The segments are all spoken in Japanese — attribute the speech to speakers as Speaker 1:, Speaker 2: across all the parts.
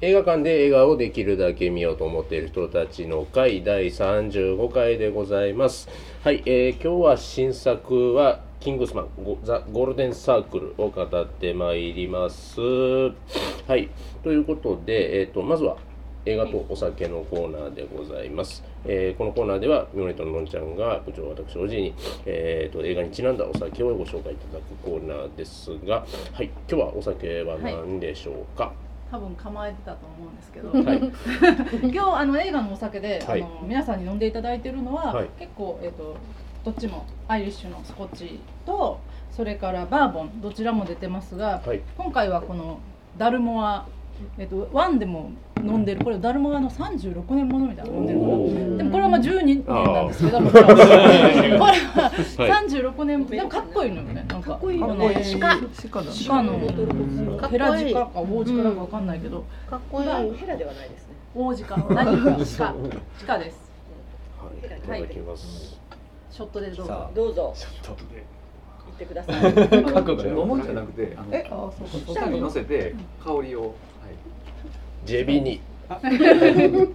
Speaker 1: 映画館で映画をできるだけ見ようと思っている人たちの会第35回でございます。はい、えー今日は新作は「キングスマンゴザ・ゴールデンサークル」を語ってまいります。はい、ということで、えー、とまずは映画とお酒のコーナーでございます。えーこのコーナーでは、ミオネットののんちゃんが、部長私、おじいに、えーと、映画にちなんだお酒をご紹介いただくコーナーですが、はい、今日はお酒は何でしょうか。
Speaker 2: 多分構えてたと思うんですけど、
Speaker 1: はい、
Speaker 2: 今日あの映画のお酒で、
Speaker 1: はい
Speaker 2: あの皆さんに飲んでいただいてるのは、
Speaker 1: はい
Speaker 2: 結構、えっとどっちもアイリッシュのスコッチとそれからバーボンどちらも出てますが
Speaker 1: はい、
Speaker 2: 今回はこのダルモア、えっとワンでも飲んでるこれダルモアの36年ものみたいなの飲んでる
Speaker 1: お
Speaker 2: か
Speaker 1: ー
Speaker 2: らでもこれはまあ12年なんですけども ちろんこれは36年でもかっこいいのよねなんかかっこいい
Speaker 3: よね
Speaker 2: 鹿
Speaker 3: 鹿だ
Speaker 2: 鹿の
Speaker 3: かっ
Speaker 2: ヘラ
Speaker 3: こい
Speaker 2: ジ
Speaker 3: い
Speaker 2: カかオオジカだかわかんないけど、
Speaker 3: かっこいい
Speaker 4: ヘラではないですね。
Speaker 2: 王子か何か鹿鹿です
Speaker 1: はい、いただきます。
Speaker 2: ショットでどうぞ
Speaker 5: さ
Speaker 4: どうぞ
Speaker 5: ちょっと
Speaker 4: 言ってくだ さい。
Speaker 5: 覚悟飲むんじゃなくて、あの
Speaker 3: え
Speaker 5: お酒に乗せて香りを、
Speaker 1: ジェビニ。
Speaker 3: 十分に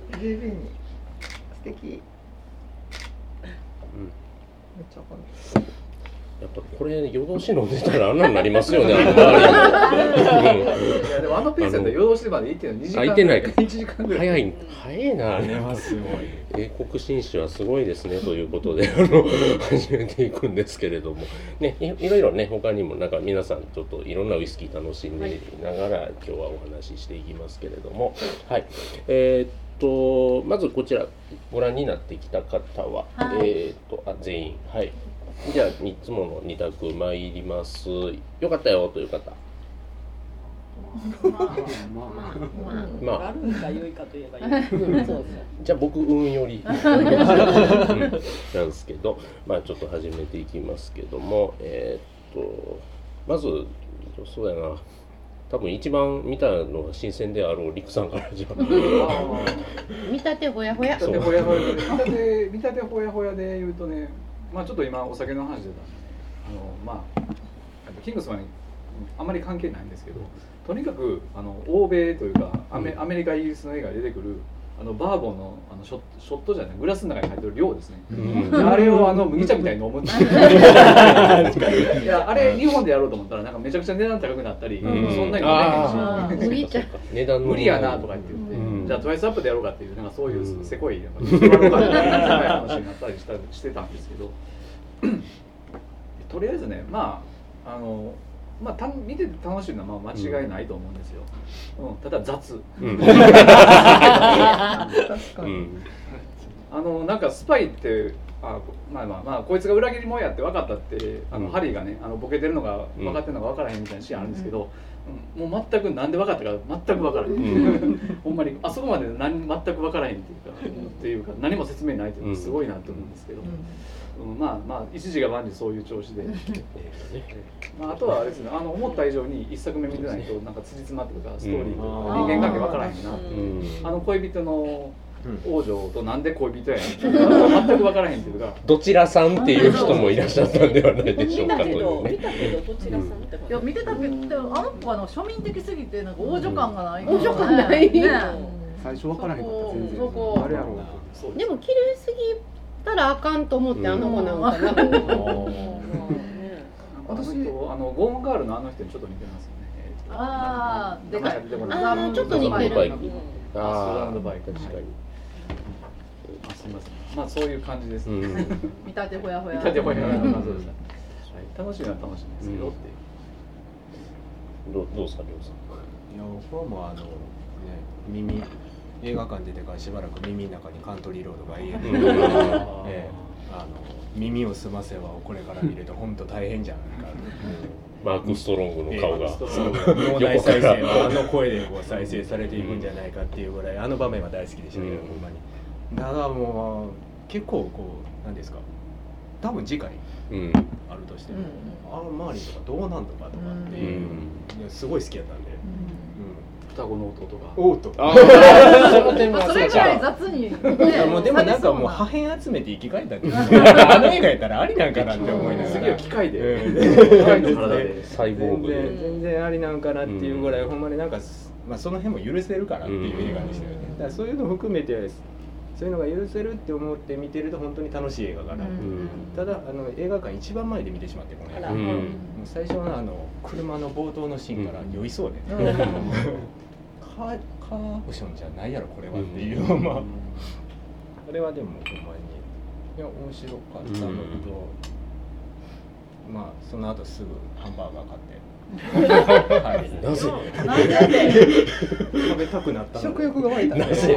Speaker 3: 素敵
Speaker 1: う
Speaker 3: めっ
Speaker 1: ん
Speaker 3: ちゃか
Speaker 1: やっぱこれ夜通し飲んでたらあんなになりますよね。あの周りの
Speaker 5: はい。いやでもあのペースだったら夜通しまで行ってんの2時間。
Speaker 1: あ行ってないか
Speaker 5: 1時間
Speaker 1: う
Speaker 5: ぐ
Speaker 1: ん
Speaker 5: らい。
Speaker 1: 早い、早いな。
Speaker 5: ますごい。
Speaker 1: 英国紳士はすごいですねということであの始めていくんですけれども、ね、いいろいろね他にもなんか皆さんちょっといろんなウイスキー楽しんでいながら、今日はお話ししていきますけれども、はいえーっとまずこちらご覧になってきた方は、
Speaker 2: はい
Speaker 1: えーっとあ全員はいじゃあいつもの2択参りますよかったよという方
Speaker 5: ま
Speaker 1: まあ
Speaker 4: あるんか良いかといえば良い。そうそう。
Speaker 1: じゃあ僕運より うんなんですけどまあちょっと始めていきますけどもえーっとまずそうだな多分一番見たのが新鮮であろうリクさんからじゃあ
Speaker 3: 見立てほやほや
Speaker 5: 見立てほやほやで見立て見立てほやほやで言うとね、まあちょっと今お酒の話出たんで、あのまああのキングスマンにあんまり関係ないんですけど、とにかくあの欧米というかアメ
Speaker 1: うん
Speaker 5: アメリカイギリスの映画に出てくるあのバーボンのあのショットショットじゃないグラスの中に入ってる量ですね。
Speaker 1: うん
Speaker 5: あれをあの麦茶みたいに飲むって いう。いやあれ日本でやろうと思ったらなんかめちゃくちゃ値段高くなったり、
Speaker 1: うん
Speaker 5: そんなにも
Speaker 2: あ
Speaker 5: できへんし。
Speaker 3: 麦茶
Speaker 1: 値段の
Speaker 5: 無理やなとか言って言って、
Speaker 1: うん
Speaker 5: じゃあトワイスアップでやろうかっていうなんかそういうせこいなんか話になったりしたしてたんですけどとりあえずねまああの、まあ、た見てて楽しいのはまあ間違いないと思うんですよ、うんただ雑
Speaker 1: うん
Speaker 3: 確か
Speaker 1: う
Speaker 3: に
Speaker 1: ん
Speaker 5: あのなんかスパイってあまあまあまあこいつが裏切り者やって分かったってあの、
Speaker 1: うん
Speaker 5: ハリーがねあのボケてるのが分かってるのが分からへんみたいなシーンあるんですけど、うんもう全くなんで分かったか全く分からへん、 ほんまにあそこまで何全く分からへんっていうかっていうか何も説明ないっていうのがすごいなと思うんですけど、うんまあまあ一時が万事そういう調子で、 まあ、あとはあれですねあの思った以上に一作目見てないとなんか辻褄っていうかストーリーとか
Speaker 2: うん
Speaker 5: 人間関係分からへんなっていう
Speaker 1: う
Speaker 4: うん
Speaker 1: ん
Speaker 5: あの恋人の王女となんで恋人やねんっていうのが全く分からへんっていうか
Speaker 1: どちらさんっていう人もいらっしゃったんではないでしょう
Speaker 4: 見
Speaker 1: か
Speaker 4: た
Speaker 1: と
Speaker 4: け
Speaker 1: いう
Speaker 4: ど見
Speaker 1: ね
Speaker 4: たけどどちらさんって
Speaker 2: いや見てたけどあの子はあの庶民的すぎてなんか王女感がない、
Speaker 3: うん王女感ない
Speaker 2: ね
Speaker 6: 最初分からへんかった全然
Speaker 2: そこ
Speaker 6: あれやろうな
Speaker 5: そう
Speaker 3: でも綺麗すぎたらあかんと思ってあの子なんかな
Speaker 5: 私あのゴーンガールのあの人にちょっと似てますよねえーと
Speaker 2: あー
Speaker 5: 名前が出てこない
Speaker 2: でかい
Speaker 3: あーちょっと似て
Speaker 1: バイ
Speaker 3: る
Speaker 1: ク
Speaker 5: あー
Speaker 1: ああ
Speaker 5: 確
Speaker 1: 確か
Speaker 5: か
Speaker 1: に
Speaker 5: にあすみませんまあそういう感じです、
Speaker 1: う
Speaker 5: ね
Speaker 1: ん
Speaker 2: 見たてほやほや
Speaker 5: 見たてほやほやな感じで
Speaker 2: う
Speaker 5: した、はい、楽しいのは楽しいんですけどっていう、
Speaker 1: どどうですかりょう さん
Speaker 6: いや僕はもうあのね耳映画館出てからしばらく耳の中にカントリーロードが永遠に、
Speaker 5: うん
Speaker 6: ええあの耳を澄ませばこれから見ると本当大 変じゃないか
Speaker 1: マーク・ストロングの顔が、
Speaker 6: 脳内再生はあの声でこう再生されていくんじゃないかっていうぐらいあの場面は大好きでしたけど、
Speaker 1: うん
Speaker 6: ほんまにだからもう結構こう何ですか多分次回
Speaker 1: うん
Speaker 6: あるとしても、あの周りとかどうなんのかとかっ
Speaker 1: う
Speaker 6: ていう、
Speaker 1: ん
Speaker 6: いやすごい好きやったんで、
Speaker 5: 双子の弟が
Speaker 6: うん、おうと
Speaker 1: ああ、その点
Speaker 2: まあ、それぐらい雑に、
Speaker 6: い
Speaker 2: ね、
Speaker 6: やもうでもなんかもう破
Speaker 2: は
Speaker 6: 片集めて生き返ったんですよ あの映画やったらありなんかなって思いながら
Speaker 5: 次は機械で、
Speaker 6: うん
Speaker 5: 機械の体で
Speaker 1: サイボー
Speaker 6: 全
Speaker 1: グで
Speaker 6: 然全然ありなんかなっていうぐらい、ほんまになんかすまあ、その辺も許せるからっていう映画でしたよね、
Speaker 2: うん
Speaker 6: だからそういうの含めてそういうのが許せるって思って見てると本当に楽しい映画かな、
Speaker 2: うん
Speaker 6: ただあの映画館一番前で見てしまってこの映
Speaker 4: あ
Speaker 6: 画
Speaker 4: ら
Speaker 1: う
Speaker 6: もうん最初のあの車の冒頭のシーンから酔いそうで、カーカーオションじゃないやろこれはっていう、 まあこれはでもほんまにいや面白かったのと、まあその後すぐハンバーガー買ってはい
Speaker 1: なぜ
Speaker 2: なんで
Speaker 6: 食べたくなったの
Speaker 3: 食欲が湧いた
Speaker 6: なぜ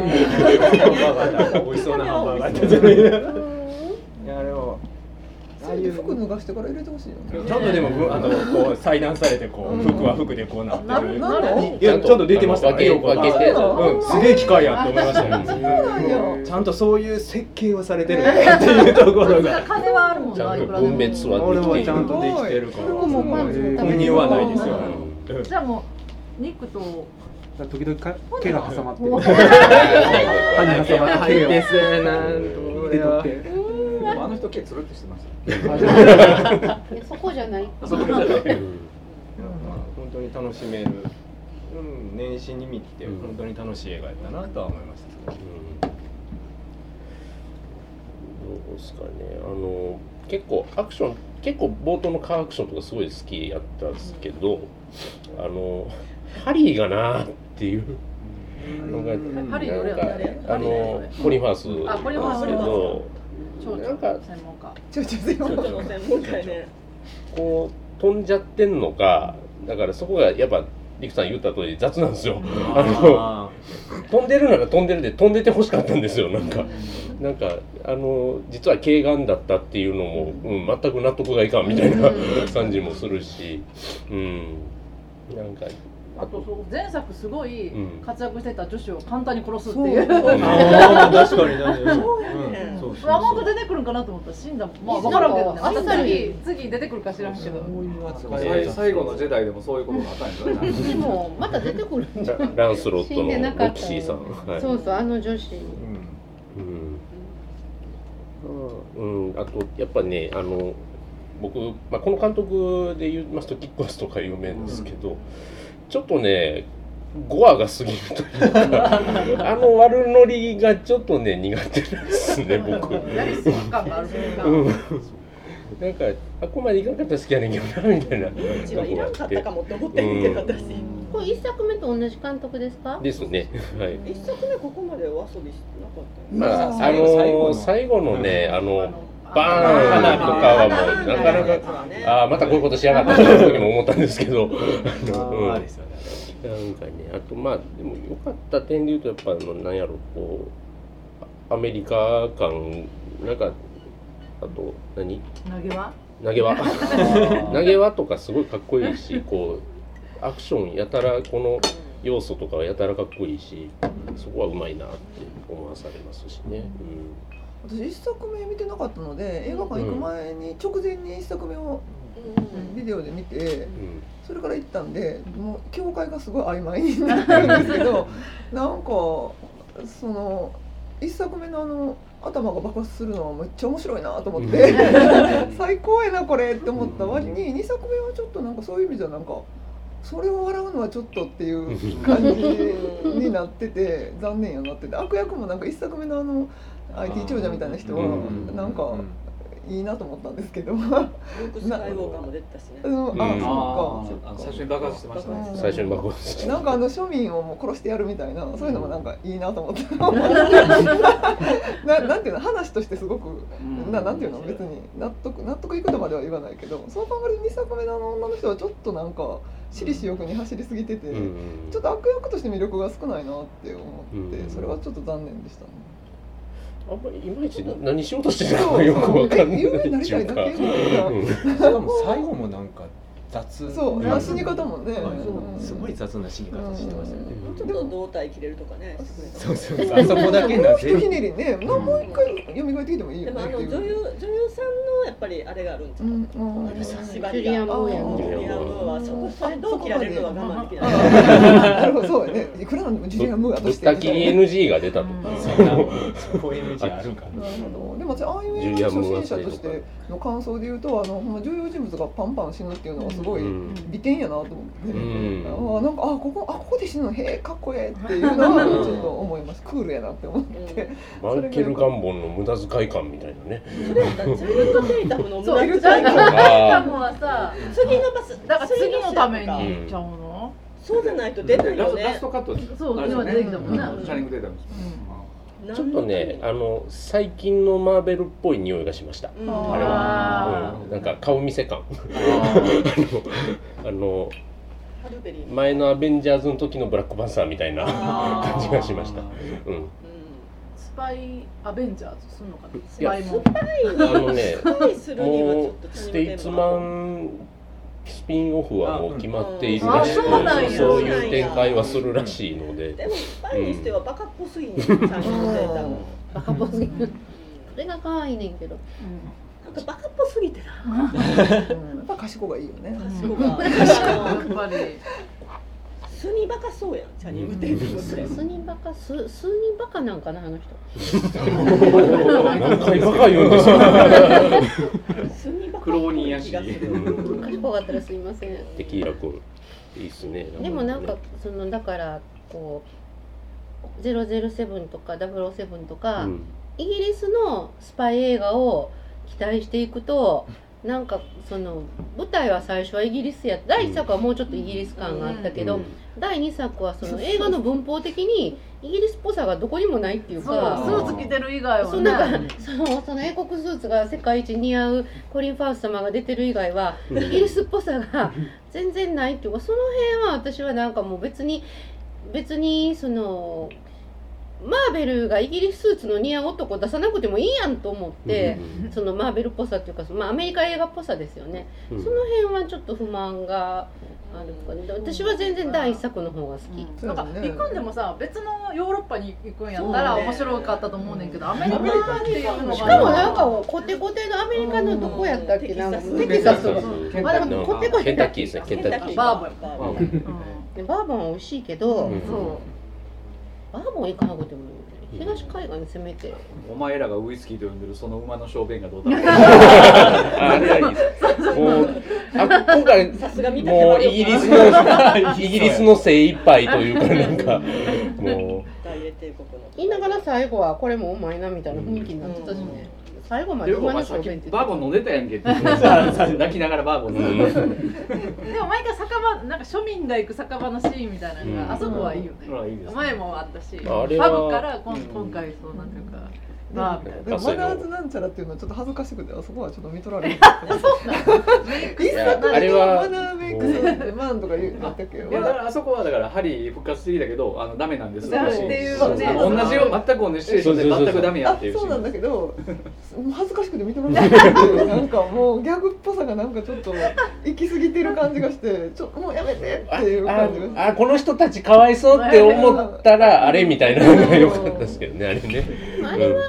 Speaker 6: 美味しそうなハンバーガーいやあれを
Speaker 3: それで服脱がしてから入れてほしいよ
Speaker 6: ち
Speaker 3: ね
Speaker 6: ゃんとでもぶあのこう裁断されてこう、
Speaker 3: うん
Speaker 6: 服は服でこうなってる。
Speaker 3: なな
Speaker 6: うんいやちゃんと出てました
Speaker 1: 分け
Speaker 6: よ
Speaker 1: 分けて
Speaker 6: うん、すげえ機械やって思いましたよ。
Speaker 3: なんよ
Speaker 6: ちゃんとそういう設計をされてるなっていうところが。
Speaker 2: 金はあるもん
Speaker 1: ち
Speaker 2: な
Speaker 1: ゃん
Speaker 2: い
Speaker 1: と
Speaker 2: くらでも
Speaker 1: 分別は
Speaker 6: 俺も
Speaker 1: でき
Speaker 6: ち
Speaker 1: て
Speaker 6: ゃ
Speaker 1: い
Speaker 6: ん
Speaker 1: る
Speaker 6: とできてるから。
Speaker 3: すごいそれももう
Speaker 6: 本人はないですよ。うん
Speaker 2: じゃあもうニックと
Speaker 7: ら時々か毛が挟まって
Speaker 2: もう
Speaker 7: 歯に挟まっ
Speaker 6: 入って
Speaker 7: て
Speaker 6: すやな
Speaker 7: 手
Speaker 6: 俺
Speaker 7: 取
Speaker 6: は
Speaker 7: っ。て
Speaker 5: でもあの人毛つるってしてまし
Speaker 8: いやそこじゃない
Speaker 5: た。あそこじゃない。
Speaker 1: うん
Speaker 6: まあ本当に楽しめる。うん、年始に見て本当に楽しい映画やったなとは思いました。
Speaker 1: うんどうですかねあの結構アクション結構冒頭のカーアクションとかすごい好きやったんですけどあのハリーがなっていうのが
Speaker 6: うん
Speaker 2: ハリーどれ
Speaker 1: なん
Speaker 2: や
Speaker 1: か
Speaker 2: 誰
Speaker 1: あのコリンファース
Speaker 2: あコリンフ
Speaker 1: な
Speaker 2: ァ
Speaker 1: ん
Speaker 2: ー
Speaker 1: ですけ
Speaker 2: ス
Speaker 1: ど
Speaker 2: 長
Speaker 1: なん
Speaker 2: 女
Speaker 1: か
Speaker 2: 専門家
Speaker 3: ちょちょすいません
Speaker 4: ちょっと専門家ね。
Speaker 1: こう飛んじゃってんのかだからそこがやっぱリクさん言った通り雑なんですよあの
Speaker 6: あ
Speaker 1: 飛んでるなら飛んでるで飛んでて欲しかったんですよなんかなんかあの実は軽眼だったっていうのも、うん、全く納得がいかんみたいな
Speaker 8: うん
Speaker 1: 感じもするしうんなんか
Speaker 2: あとそう前作すごい
Speaker 1: うん
Speaker 2: 活躍してた女子を簡単に殺すっていう
Speaker 3: そ う
Speaker 2: う
Speaker 6: ーあー、確かに確かに。
Speaker 4: ね
Speaker 6: そうそうそう
Speaker 2: あもっと出てくるんかなと思ったら死んだもんまあ分からんけどね
Speaker 8: あ
Speaker 2: あ
Speaker 8: そ
Speaker 2: と
Speaker 8: う
Speaker 2: 次次出てくるか知らんけど
Speaker 6: そういう扱い
Speaker 5: 最最後のジェダイでもそういうことがあったんじゃない。
Speaker 8: でもまた出てくるんじゃない
Speaker 1: ランスロッ
Speaker 8: 死んでな
Speaker 1: ト
Speaker 8: か
Speaker 1: の
Speaker 8: った
Speaker 1: ロキシーさん、はい
Speaker 8: そうそうあの女子
Speaker 6: う
Speaker 1: うんうん、あとやっぱねあの僕、まあ、この監督で言いますとキックアスとか有名ですけど、ちょっとねゴアが過ぎるという かあの悪ノリがちょっとね苦手なんですね僕。
Speaker 2: やりすぎ感があるというか
Speaker 1: うん、なんかあくまでいかんかったら好きやねんけどなみたいな
Speaker 4: うちはいらんかったかもって思ってるけど、私。
Speaker 8: これ一作目と同じ監督ですか
Speaker 1: ですねはい
Speaker 4: 一作目ここまでお遊びしてなかったよね。
Speaker 1: まああ
Speaker 6: 最後最後
Speaker 1: の
Speaker 6: の
Speaker 1: 最後のねあ
Speaker 2: あ
Speaker 1: の
Speaker 2: の
Speaker 1: バーンとかはもうなかなかああまたこういうことしやがったなって時も思ったんですけどあの
Speaker 6: ん。
Speaker 1: うん
Speaker 6: ああですよね。
Speaker 1: なんかねあとまあでも良かった点で言うとやっぱあのなんやろこうあアメリカ感なんかあと何
Speaker 2: 投げは
Speaker 1: 投げ 輪投げ輪とかすごいかっこいいしこうアクションやたらこの要素とかはやたらかっこいいしそこはうまいなって思わされますしね、
Speaker 3: 私一作目見てなかったので映画館行く前に直前に一作目をビデオで見て
Speaker 1: うんうん
Speaker 3: それから行ったんでもう境界がすごい曖昧になってるんですけ どなんかその一作目のあの頭が爆発するのはめっちゃ面白いなと思って、 最高やなこれって思った割に2作目はちょっとなんかそういう意味じゃなんかそれを笑うのはちょっとって いう感じになってて残念やなってて悪役もなんか1作目のあの IT 長者みたいな人は
Speaker 1: うん
Speaker 3: なん
Speaker 6: う
Speaker 3: か
Speaker 6: ん
Speaker 3: いいなと思ったんです けどあ
Speaker 4: ルークスカイウォーカーも出てたしね。
Speaker 3: の
Speaker 1: うん
Speaker 3: あ
Speaker 5: あ
Speaker 3: そっ
Speaker 5: ああ
Speaker 3: か
Speaker 5: の
Speaker 3: そ
Speaker 5: 最
Speaker 3: っ
Speaker 5: 初に爆発してましたね。
Speaker 3: うん
Speaker 1: 最初に爆発し
Speaker 3: か
Speaker 1: て
Speaker 3: なんかあの庶民をもう殺してやるみたいなそういうのもなんかいいなと思った ななんていうの話としてすごくななんていうの別に納得納得いくとまでは言わないけどそう考えると2作目のあの女の人はちょっとなんか私利私欲に走りすぎてて、
Speaker 1: うん
Speaker 3: ちょっと悪役として魅力が少ないなって思って、
Speaker 1: うん
Speaker 3: それはちょっと残念でしたね。
Speaker 1: あんまりいまいち何しようとしてたのかよくわかんない
Speaker 3: 有名になりたいだけみたいな
Speaker 1: うん
Speaker 6: それはもう最後もなんか雑。
Speaker 3: そう、
Speaker 6: ん
Speaker 3: まあ死に方もね、
Speaker 6: はい
Speaker 3: うん
Speaker 6: すごい雑な死に方してましたよね。
Speaker 4: ちょっと胴体切れるとかね。
Speaker 6: そうそうそう。あそこだけな
Speaker 3: ひとひねりね、まあもう一回蘇ってきてもいい
Speaker 4: で
Speaker 3: よ
Speaker 4: も
Speaker 3: ね
Speaker 4: あ
Speaker 3: って
Speaker 4: の女優
Speaker 3: いう。
Speaker 4: 女優さんのやっぱりあれがあるんじゃ
Speaker 3: う
Speaker 4: ない。
Speaker 3: ん、うん、
Speaker 4: あの縛
Speaker 8: ジュ
Speaker 4: り
Speaker 8: リアン・
Speaker 4: が。
Speaker 8: モーヤ
Speaker 3: あ
Speaker 8: ン
Speaker 4: ジ
Speaker 1: ー
Speaker 4: ュリアンムーはそこそれどう切られるのは我慢できない。
Speaker 3: なるほど、そうよね、いくらなんでもジュリアンムーア
Speaker 1: ぶ
Speaker 3: と
Speaker 1: っ
Speaker 3: して
Speaker 1: た
Speaker 3: み
Speaker 1: き
Speaker 3: たい
Speaker 1: に
Speaker 3: な
Speaker 1: NG が出たと、
Speaker 6: そこ NG あるか
Speaker 3: なるほどでも私ああいう映画の初心者としての感想で言うとあのほんま重要人物がパンパン死ぬっていうのはすごい
Speaker 1: うん
Speaker 3: 美点やなと思って、
Speaker 1: うん
Speaker 3: あーなんかあここあここで死ぬのへえかっこええっていうのはちょっと思いますクールやなって思って
Speaker 1: マイケル・ガンボンの無駄遣い感みたいなね。
Speaker 4: それやったらジュート・テイタムの無駄遣い
Speaker 1: あー
Speaker 8: はさ
Speaker 4: 次のバス
Speaker 2: だから次のた
Speaker 1: う
Speaker 2: め
Speaker 1: ん
Speaker 2: に行っちゃうの、
Speaker 4: そうじゃないと出ない
Speaker 5: ラ
Speaker 4: よ
Speaker 5: スラス
Speaker 4: ね
Speaker 5: トカットです
Speaker 2: そう
Speaker 5: あれですよ
Speaker 2: 今
Speaker 5: ね
Speaker 2: 出てきたも
Speaker 3: んな
Speaker 5: うシャーリングデータです
Speaker 1: ちょっとね、あの最近のマーベルっぽい匂いがしました。
Speaker 4: うん
Speaker 2: あ
Speaker 1: あれ
Speaker 2: は
Speaker 1: うんなんか顔見せ感。 あの
Speaker 4: ハルベリーの
Speaker 1: 前のアベンジャーズの時のブラックパンサーみたいな。
Speaker 4: あー
Speaker 1: 感じがしましたうん。
Speaker 4: う
Speaker 2: スパイアベンジャーズするのかなス
Speaker 1: いや
Speaker 2: パイもん
Speaker 1: あのね、
Speaker 4: ん恋するにはちょ
Speaker 1: も
Speaker 4: っと
Speaker 1: うステイツマンスピンオフはもう決まっている
Speaker 2: あ
Speaker 1: らしく、
Speaker 2: そうなんや
Speaker 1: そういう展開はするらしいので。
Speaker 4: でもスパイにしてはバカっぽすぎんね最初のデータも
Speaker 8: バカっぽすぎるそれが可愛いねんけど
Speaker 4: なんかバカっぽすぎてな
Speaker 3: うんやっぱ賢がいいよね
Speaker 4: そこが
Speaker 2: やっぱり
Speaker 4: 素にバカそうやんチャニングテイタムって
Speaker 8: 数人バカ数数人バカなんかなあの人
Speaker 1: 何回バカ言うんですか。
Speaker 4: 素にバカ
Speaker 5: 苦労人やし
Speaker 4: っぽい気がする
Speaker 8: かっこよかったらすいません
Speaker 1: テキーラ君、いいっすね。
Speaker 8: でもなんかそのだからこう007とか007とか、
Speaker 1: うん、
Speaker 8: イギリスのスパイ映画を期待していくとなんかその舞台は最初はイギリスや第1作はもうちょっとイギリス感があったけど、
Speaker 1: うん
Speaker 8: 第2作はその映画の文法的にイギリスっぽさがどこにもないっていう
Speaker 2: そうス
Speaker 8: か。
Speaker 2: ーツ着てる以外
Speaker 8: そうな
Speaker 2: はね
Speaker 8: んかそのその英国スーツが世界一似合うコリン・ファース様が出てる以外はイギリスっぽさが全然ないっていうかその辺は私はなんかもう別に別にそのマーベルがイギリススーツの似合う男を出さなくてもいいやんと思って、そのマーベルっぽさっていうかその、まあ、アメリカ映画っぽさですよね、
Speaker 1: うん、
Speaker 8: その辺はちょっと不満があるかね私は全然第一作の方が好き、
Speaker 2: うんなんか行くんでもさ別のヨーロッパに行くんやったら
Speaker 4: そうね
Speaker 2: 面白かったと思うねんけどアメリカっていうのが
Speaker 8: しかもなんかコテコテのアメリカのどこやったっけな
Speaker 4: うん
Speaker 8: か
Speaker 4: テ
Speaker 8: テ
Speaker 4: キ
Speaker 8: キ
Speaker 4: サ
Speaker 8: サ
Speaker 4: ス
Speaker 8: スは
Speaker 5: うん
Speaker 8: まあでもコテコテ
Speaker 1: ケンタッキーですね、ケンタッキー。
Speaker 2: バーボン
Speaker 4: バー
Speaker 5: まあ
Speaker 4: ボン
Speaker 5: まあ
Speaker 8: でバーボンは美味しいけど、
Speaker 1: うん
Speaker 8: そうバーボン行かなくてもいいよね東海岸にせめて
Speaker 5: お前らがウイスキーと呼んでるその馬の小便がどうだろ
Speaker 1: あれはいいです。もう、あ、今回、
Speaker 4: さすが見たけ
Speaker 1: もうイギリスの、イギリスの精一杯というか、なんか、も
Speaker 4: 大英帝国の
Speaker 8: 言いながら最後はこれもうまいなみたいな雰囲気になってたしね、最後ま
Speaker 5: う
Speaker 8: で
Speaker 5: よ
Speaker 8: う
Speaker 5: くお
Speaker 8: ま
Speaker 5: 前
Speaker 8: な
Speaker 5: さっ
Speaker 8: 小
Speaker 5: き
Speaker 8: 弁って言
Speaker 5: バ
Speaker 8: っ
Speaker 5: ー
Speaker 8: て
Speaker 5: ボン飲んでたやんけって言って 泣きながらバーボン
Speaker 1: う、
Speaker 5: 飲ん でた
Speaker 2: でも毎回酒場なんか庶民が行く酒場のシーンみたいなのが、
Speaker 1: うん
Speaker 2: あそこはいいよね、
Speaker 5: ほらいいですね
Speaker 2: 前もあったし
Speaker 1: あれは
Speaker 2: パブからこん今回そうなんていうか、バーみたいな
Speaker 3: でもマナーズなんちゃらっていうのはちょっと恥ずかしくてあそこはちょっと見とられるそうなんだ
Speaker 1: いやあれは
Speaker 3: マナーメイクさんってマンとか言うなったっけ
Speaker 5: いやだからあそこはだからハリー復活してきたけどあのダメなんです
Speaker 2: ダメ
Speaker 5: 私
Speaker 2: っていう
Speaker 5: そう
Speaker 2: ね
Speaker 5: そう同じよう全く同じシチュエーションで
Speaker 1: そうそうそう
Speaker 5: 全くダメや
Speaker 3: あ
Speaker 5: っていう
Speaker 3: そうなんだ
Speaker 5: け
Speaker 3: けど恥ずかしくて見てもらえないっていうなんかもうギャグっぽさがなんかちょっと行き過ぎてる感じがしてちょもうやめてっていう感じがし
Speaker 1: ん。あ、この人たちかわいそうって思ったら、あれみたいなのが良かったですけどね、あれね。
Speaker 8: あれはあれはあれで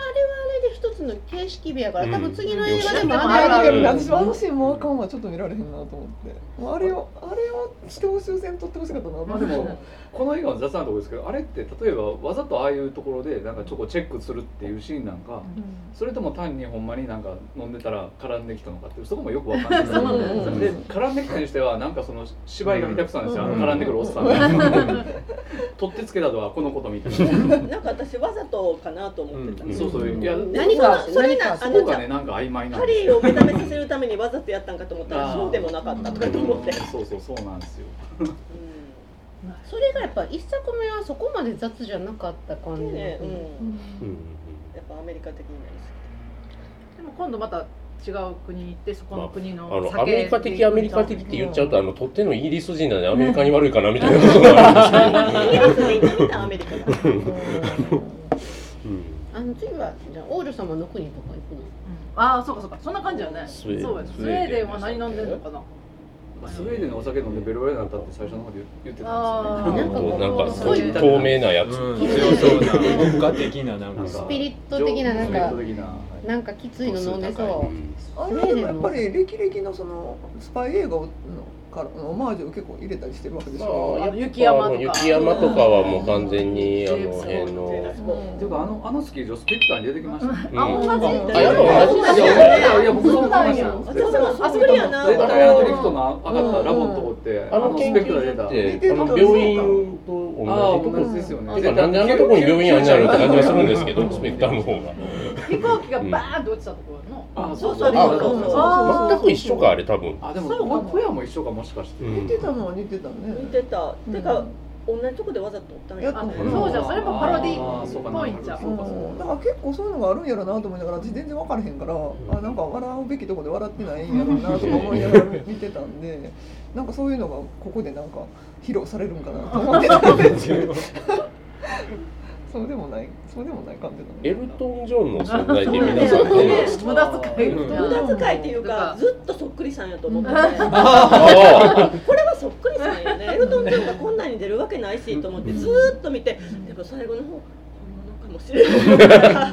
Speaker 8: 一つの形式美やから多分次の映画で
Speaker 3: て
Speaker 8: も
Speaker 3: も
Speaker 8: あれ
Speaker 3: あ
Speaker 8: あ
Speaker 3: るけ
Speaker 8: る
Speaker 3: ど私あのシーンもうあかんはちょっと見られへんなと思ってもうあれをあれをしてほしい線取ってほしかったな
Speaker 5: まあ でもこの映画の雑なところですけどあれって例えばわざとああいうところでなんかちょこチェックするっていうシーンなんか、それとも単にほんまになんか飲んでたら絡んできたのかってそこもよくわかんないです
Speaker 3: そうなん
Speaker 5: で絡んできたにしてはなんかその芝居が下手くそなんですよ、
Speaker 1: うん
Speaker 5: あの絡んでくるおっさんが、 取ってつけたとはこのことみたい
Speaker 4: な
Speaker 5: な
Speaker 4: んか私わざとかなと思ってた、
Speaker 1: うん
Speaker 5: そうそういや
Speaker 8: 何か
Speaker 4: そそれ
Speaker 8: 何
Speaker 4: な
Speaker 8: か
Speaker 4: あ
Speaker 5: そ
Speaker 4: の
Speaker 5: こ
Speaker 4: じ
Speaker 5: が
Speaker 4: ゃ
Speaker 5: ねなんか曖昧
Speaker 4: あ
Speaker 5: なん
Speaker 4: ハ
Speaker 5: です
Speaker 4: リ
Speaker 5: よ
Speaker 4: ーを目覚めさせるためにわざとやったんかと思ったら
Speaker 5: あー
Speaker 4: そうでもなかったとかと思って、うん
Speaker 5: そうそうそうなんですよ
Speaker 8: それがやっぱ一作目はそこまで雑じゃなかった感じ、
Speaker 4: でねうん
Speaker 1: うん
Speaker 4: やっぱアメリカ的になり
Speaker 2: でも今度また違う国行ってそこの国
Speaker 1: あ
Speaker 2: の
Speaker 1: の
Speaker 2: 酒
Speaker 1: アメリカ
Speaker 2: ってい
Speaker 1: 的
Speaker 2: う
Speaker 1: アメリカ的って言っちゃうとあのとってのイギリス人なんでアメリカに悪いかなみたいなことがあるんです
Speaker 4: そうイギリスで行ってみたアメリカだ
Speaker 1: けど、うん
Speaker 8: あの次はじゃあ王女様の国とか行く
Speaker 2: う
Speaker 8: の
Speaker 2: んああそうかそうかそんな感じだよね
Speaker 1: ス
Speaker 2: そ
Speaker 1: ウェーデン
Speaker 2: うやねスウェーデンは何飲んでんのかな
Speaker 5: スウェーデンのお酒飲んでベロベロになったって最初の方で言ってた
Speaker 2: あ
Speaker 5: ん
Speaker 8: ー
Speaker 5: ですよね
Speaker 1: もうなんか
Speaker 8: そういう
Speaker 1: 透明なやつ、
Speaker 6: うん、強そうな文化的ななんか
Speaker 8: スピリット的ななんか
Speaker 5: スピリット的なはい
Speaker 8: なんかきついの飲んで
Speaker 6: 度数高
Speaker 8: そう
Speaker 1: うん
Speaker 3: あれはでもやっぱり歴々のそのスパイ映画のからのオマージュを結構入れたりしてるわけでし
Speaker 1: ま
Speaker 3: ょ。
Speaker 1: あ
Speaker 2: あの雪山とか
Speaker 1: やっぱ雪山とかはもう完全にあの辺の
Speaker 5: ていうかあのあのスキー場スペクターに出てきましたね。
Speaker 1: うんあ
Speaker 5: 同
Speaker 1: あやっぱ同じですよ
Speaker 5: いやいやい
Speaker 1: ね
Speaker 5: や僕そう思いました。
Speaker 4: あそこやな
Speaker 5: 絶対アトリクトの上がったラボのとこって
Speaker 1: あの
Speaker 5: ス
Speaker 1: 研
Speaker 5: ペクターで
Speaker 1: 究
Speaker 5: 出た
Speaker 1: 所っ。てあの病院と
Speaker 5: ああ
Speaker 1: 同じ
Speaker 5: 同じですよね。
Speaker 1: てかなんであんなとこに病院あるんだろうって感じがするんですけどスペクターの方が
Speaker 2: 飛行機がバーンと落ちたところの。
Speaker 5: あ
Speaker 4: そう
Speaker 5: そ
Speaker 4: そうう
Speaker 5: そう
Speaker 4: そう
Speaker 5: そう
Speaker 2: あ
Speaker 1: 全く一緒かあれ多分
Speaker 5: あでもこ小屋も一緒かもしかして。
Speaker 1: うん
Speaker 3: 似てたのは似てたね。
Speaker 4: 見てたてか同じとこでわざと撮ったんや
Speaker 3: やったのかな
Speaker 2: そうじゃんそれもパロディ
Speaker 5: あーそうか
Speaker 2: っぽいんちゃう
Speaker 5: そうかそう
Speaker 3: うんだから結構そういうのがあるんやろなと思いながら全然分からへんから、あなんか笑うべきとこで笑ってないんやろなとか思いながら見てたんでなんかそういうのがここでなんか披露されるんかなと思 ってたんですけどそうでもないそうでもない感じ
Speaker 1: エ
Speaker 3: だ
Speaker 1: ルトン・ジョンの存在って皆さんどうなん ですか
Speaker 2: ー無駄遣いみたい
Speaker 4: 無
Speaker 2: な。
Speaker 4: 駄遣いっていうかずっとそっくりさんやと思ってて
Speaker 1: ああ
Speaker 4: これはそっくりさんよねエルトン・ジョンがこんなに出るわけないしと思ってずーっと見てでも最後の方本物かもしれない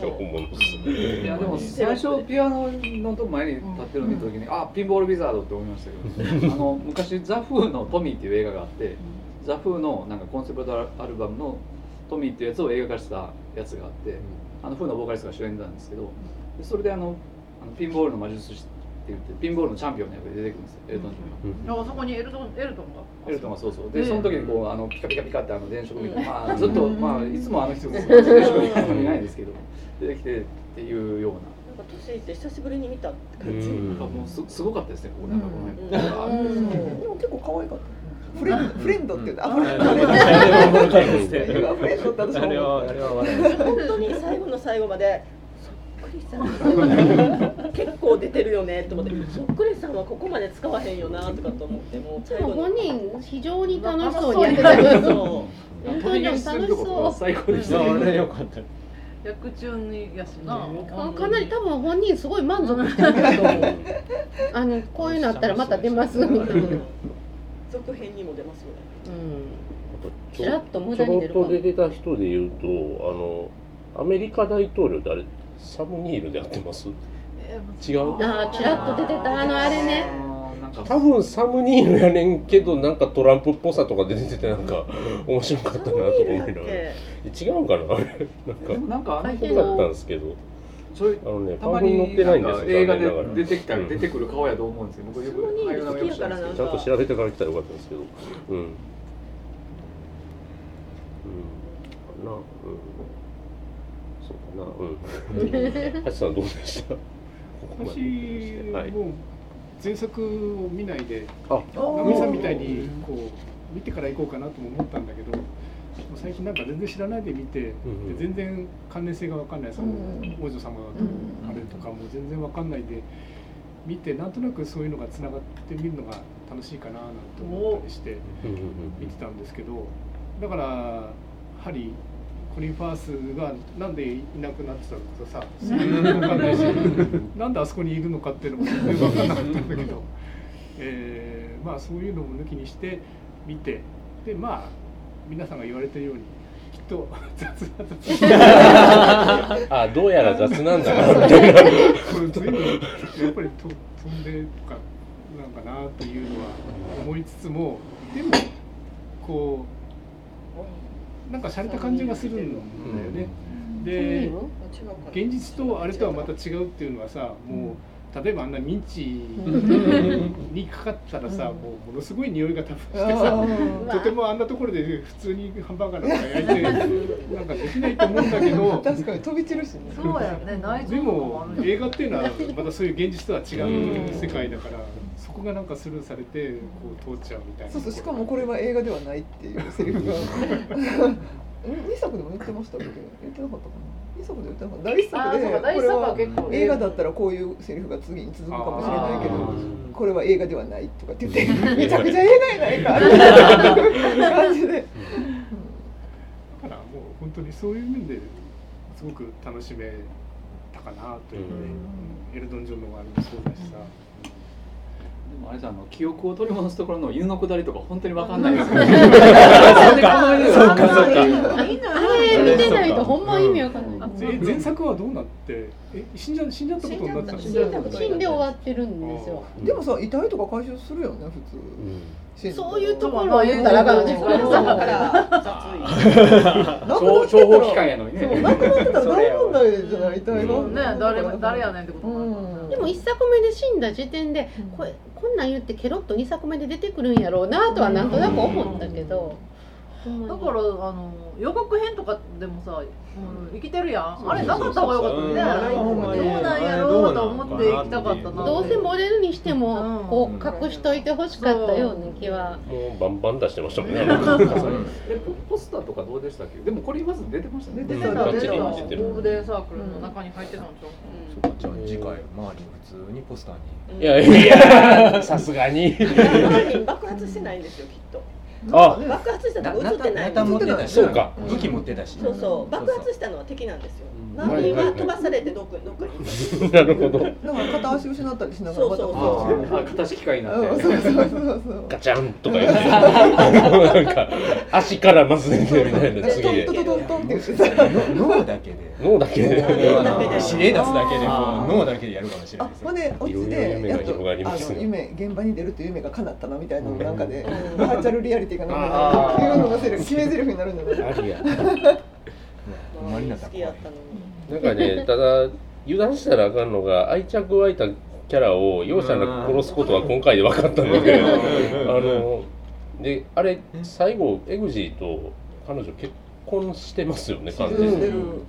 Speaker 1: 本物です
Speaker 5: いやでも最初ピアノのとこ前に立ってるの見た時に、あピンボールビザードって思いましたけ どあの昔「ザ・フーの「トミー」っていう映画があって、ザ・フーのなんかコンセプトアルバムの「トミー」っていうやつを映画化したやつがあって、あのフーのボーカリストが主演なんですけどでそれであのあのピンボールの魔術師って言ってピンボールのチャンピオンの役で出てくるんですよエルトン・ジョンが。
Speaker 2: あそこにエルトンエルトンが。
Speaker 5: エルトンがそうそう
Speaker 2: う
Speaker 5: で
Speaker 2: ん
Speaker 5: その時にこうあのピカピカピカってあの電飾みたいな、まあ、
Speaker 3: ん
Speaker 5: ずっと、まあ、いつもあの人電飾みたいなのいないんですけど出てきてっていうような
Speaker 4: なんか年いって久しぶりに見たって
Speaker 1: う
Speaker 4: 感じ、
Speaker 5: なんかも
Speaker 1: ん
Speaker 5: うすすごかったですね、ここなんかこの辺。あ
Speaker 3: な、でも結構可愛かったフレンドフレンドって言ってあフレンドあフレンドって私も
Speaker 6: あれ
Speaker 3: 思
Speaker 6: は
Speaker 3: っ
Speaker 6: あ
Speaker 3: た
Speaker 6: れは笑いまし
Speaker 4: 本当に最後の最後までそっくりさん結構出てるよねと思ってそっくりさんはここまで使わへんよなとかと思ってもう
Speaker 8: で
Speaker 4: 最
Speaker 8: も
Speaker 4: 後
Speaker 8: 本
Speaker 4: に
Speaker 8: 人非常に楽しそうにやってたけど
Speaker 4: そ
Speaker 8: 本
Speaker 5: 飛
Speaker 8: 当
Speaker 5: び
Speaker 8: に
Speaker 5: 出
Speaker 8: 楽
Speaker 5: し
Speaker 8: し
Speaker 5: するとこ
Speaker 8: そ
Speaker 5: 最高でした
Speaker 6: た。あれ
Speaker 5: ね。
Speaker 6: 良かった。
Speaker 2: 役中にやしな。
Speaker 8: うかなり多分本人すごい満足してると思うあのこういうのあったらまた出ますみた
Speaker 4: う
Speaker 8: いな、
Speaker 4: うん続編にも出ますよね
Speaker 8: ちらっと無
Speaker 1: ちょ
Speaker 8: 駄に出
Speaker 1: ろっ
Speaker 8: るかも
Speaker 1: と出てた人で言うとあのアメリカ大統領ってあれサム・ニールでやってます違う
Speaker 8: あーちらっと出てたあのあれね
Speaker 5: あー。なんか
Speaker 1: 多分サム・ニールやねんけどなんかトランプっぽさとか出ててなんか面白かったなとか思いながら
Speaker 4: で
Speaker 1: 違うんかなあれなん
Speaker 5: で
Speaker 1: か
Speaker 5: もなんかあの
Speaker 1: 良
Speaker 5: 人
Speaker 1: かったんですけど
Speaker 5: ちょい
Speaker 1: あのね
Speaker 5: た
Speaker 1: パ
Speaker 5: ま
Speaker 1: ワーに乗っ
Speaker 5: に
Speaker 1: てないん
Speaker 5: なん
Speaker 1: で
Speaker 5: か
Speaker 1: すよ
Speaker 5: 映画
Speaker 1: 残念なが
Speaker 5: で
Speaker 1: ら
Speaker 5: 出てきたら出てくる顔やと思うんですけど、僕よく
Speaker 4: その人
Speaker 5: 俳優名前知らないです
Speaker 1: ちゃんと調べてから来たらよかったんですけどうんうんかなうんそうかなうん 橋さんどうでしたここまで
Speaker 7: 私
Speaker 1: はい
Speaker 7: もう前作を見ないで
Speaker 1: あ
Speaker 7: ナミさんみたいにこう見てから行こうかなとも思ったんだけどもう最近なんか全然知らないで見て、
Speaker 1: うんうん
Speaker 7: で全然関連性が分かんないその
Speaker 3: うん
Speaker 7: 王女様のあれとかも全然分かんないで見てなんとなくそういうのがつながってみるのが楽しいかななんて思ったりして
Speaker 1: うん
Speaker 7: 見てたんですけどだからやはりコリン・ファースがなんでいなくなってたのかさそれも分かんないし なんであそこにいるのかっていうのも全然分かんなかったんだけど、えーまあそういうのも抜きにして見てでまあ皆さんが言われてるようにきっと雑な雑な
Speaker 1: あどうやら雑なんだな
Speaker 7: うん随分やっぱりと飛んでとかなんかなというのは思いつつもでもこうなんか洒落た感じがするんだよね。で現実とあれとはまた違うっていうのはさもう例えばあんなミンチにかかったらさもうものすごい匂いが多分してさ
Speaker 3: あ
Speaker 7: とてもあんなところで普通にハンバーガーなんか焼いてなんかできないと思うんだけ
Speaker 3: ー
Speaker 7: ど
Speaker 3: 確かに飛び散るしね
Speaker 2: そうやね内
Speaker 7: で
Speaker 2: 臓
Speaker 7: も映画っていうのはまたそういう現実とは違う
Speaker 1: うん
Speaker 7: 世界だからそこがなんかスルーされてこう通っちゃうみたいな
Speaker 3: そうそうしかもこれは映画ではないっていうセリフが二作でも言ってましたっけど言ってなかったかな二作で言ってなかった第一
Speaker 2: あー
Speaker 3: 作で
Speaker 2: そうか第
Speaker 3: こ
Speaker 2: 一
Speaker 3: れ
Speaker 2: 作は
Speaker 3: は
Speaker 2: 結構
Speaker 3: 映画だったらこういうセリフが次に続くかもしれないけ
Speaker 5: あ
Speaker 3: ど
Speaker 5: ー
Speaker 3: これは映画ではないとかって言ってめちゃくちゃ映画やないかっていう感じで
Speaker 7: だからもう本当にそういう面ですごく楽しめたかなというね、うんエルドン・ジョンのあれもそうだしさ、
Speaker 5: でもあれじゃんあの記憶を取り戻すところの 犬のくだりとか本当にわかんないですよね。
Speaker 2: そうかそうか。みんな
Speaker 8: あれれ見てないとほんま意味わかんない。
Speaker 7: え前作はどうなってえ死んじゃ死んじゃったことになったんで
Speaker 8: 死
Speaker 7: す
Speaker 8: ん
Speaker 7: か
Speaker 8: で終わってるんですよ。
Speaker 3: でもさ遺体とか回収するよね普通
Speaker 8: そういうところを言ったらあかんね。これ
Speaker 4: だか
Speaker 8: さ
Speaker 4: ら
Speaker 3: なくな
Speaker 5: 諜
Speaker 3: ってた
Speaker 5: 諜報機関
Speaker 3: ら
Speaker 5: やのにね
Speaker 3: そうなくなってたら大問題じゃない遺体
Speaker 5: う
Speaker 3: が
Speaker 5: ん
Speaker 9: ね誰も誰やねんってこと
Speaker 3: う
Speaker 9: になる
Speaker 3: ん
Speaker 8: でも一作目で死んだ時点でこれこんなん言ってケロッと二作目で出てくるんやろうなとはなんとなく思ったけど。
Speaker 9: だからあの予告編とかでもさ、もう生きてるやんあれなかった方がよかったね、どうなんやろうと思って行きたかったな
Speaker 8: どうせモデルにして
Speaker 9: う
Speaker 8: も
Speaker 9: ん
Speaker 8: こう隠しといてほしかったような気は
Speaker 1: もうバンバン出してましたもんね。
Speaker 5: えポポスターとかどうでしたっけでもこれまず出てましたね
Speaker 9: 出て
Speaker 1: う
Speaker 9: た出
Speaker 1: んガチ
Speaker 9: てた
Speaker 1: リ
Speaker 9: ゴ
Speaker 1: 混じってる
Speaker 9: ールデンサークルの中に入ってたんでしょ
Speaker 6: そうかじゃあ次回周り普通にポスターに
Speaker 1: いやいや、さすがに。
Speaker 4: 中に爆発してないんですよきっと
Speaker 1: あ、
Speaker 4: 爆発したとこ映ってない
Speaker 6: 持ってたし
Speaker 1: そうか
Speaker 6: 武器持ってたし
Speaker 4: そうそう爆発したのは敵なんですよ
Speaker 5: うん
Speaker 4: マーリンは飛ばされてどっかどっかに行った
Speaker 1: なるほど。
Speaker 3: だから片足失ったりしながら
Speaker 4: そうそう
Speaker 5: あ
Speaker 4: そ
Speaker 5: ーあ形機械にな
Speaker 3: う
Speaker 5: っ
Speaker 3: ん
Speaker 5: て
Speaker 3: そうそうそうそう
Speaker 1: ガチャンとか 言って。なんか、足からまず出てみたいな、
Speaker 3: で
Speaker 1: 次
Speaker 3: トン
Speaker 1: で
Speaker 3: ト。ントントンって言ってた
Speaker 6: 脳だけで
Speaker 1: 脳だけで。
Speaker 6: 知れ出すだけで脳だけでやるかもしれ
Speaker 3: あ
Speaker 6: ないです
Speaker 3: ほんで落ちてやっと
Speaker 1: いろいろ夢が広がりま
Speaker 3: あ
Speaker 1: すね
Speaker 3: の夢現場に出るっていう夢が叶ったなみたいなのなんかで
Speaker 4: うん
Speaker 3: バーチャルリアリティがなんかっていうのがセリフ決めセリフになるんじゃない
Speaker 1: ありや。
Speaker 6: ほん
Speaker 4: う
Speaker 6: まになった
Speaker 4: 好
Speaker 6: ら
Speaker 4: き
Speaker 6: 怖
Speaker 4: やっ
Speaker 6: い
Speaker 4: たのに
Speaker 1: なんかね、ただ、油断したらあかんのが、愛着湧いたキャラを容赦なく殺すことは今回で分かったので、あの、で、あれ、最後、エグジーと彼女結婚してますよね、完全に。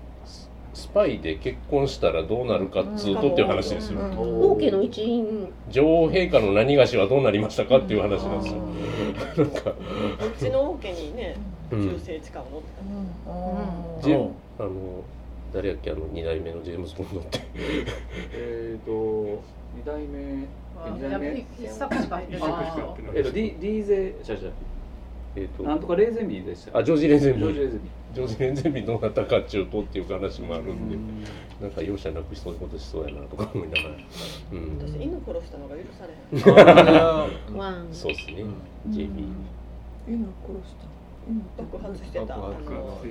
Speaker 1: スパイで結婚したらどうなるかっつうとっていう話ですよ。
Speaker 8: 王家の一員
Speaker 1: 女王陛下の何がしはどうなりましたかっていう話なんですよ。なんか、
Speaker 4: うちの王家にね
Speaker 1: うん
Speaker 4: 中性痴漢を持ってた
Speaker 3: うん
Speaker 1: ジェあの誰やっけあの二代目のジェームズボンドって。
Speaker 5: えっと二代目
Speaker 9: うやめ一作しか入ってない
Speaker 5: あーえっと D- D ゼじゃじゃ
Speaker 1: えっ、
Speaker 5: なん
Speaker 1: と
Speaker 5: とかレーゼミでした
Speaker 1: あジョージレンゼンビ
Speaker 5: ジョージレ
Speaker 1: ー
Speaker 5: ーゼミ
Speaker 1: ジョージレンゼンビーどうなったかっちゅうとっていう話もあるんで、
Speaker 5: うん
Speaker 1: なんか容赦なくそういうことしそうやなとか思いながら。うん。
Speaker 4: 私犬殺したのが許されへん
Speaker 8: ワン
Speaker 1: そうですね。JB。
Speaker 3: 犬を殺した犬と
Speaker 4: 爆発してたあ
Speaker 6: 爆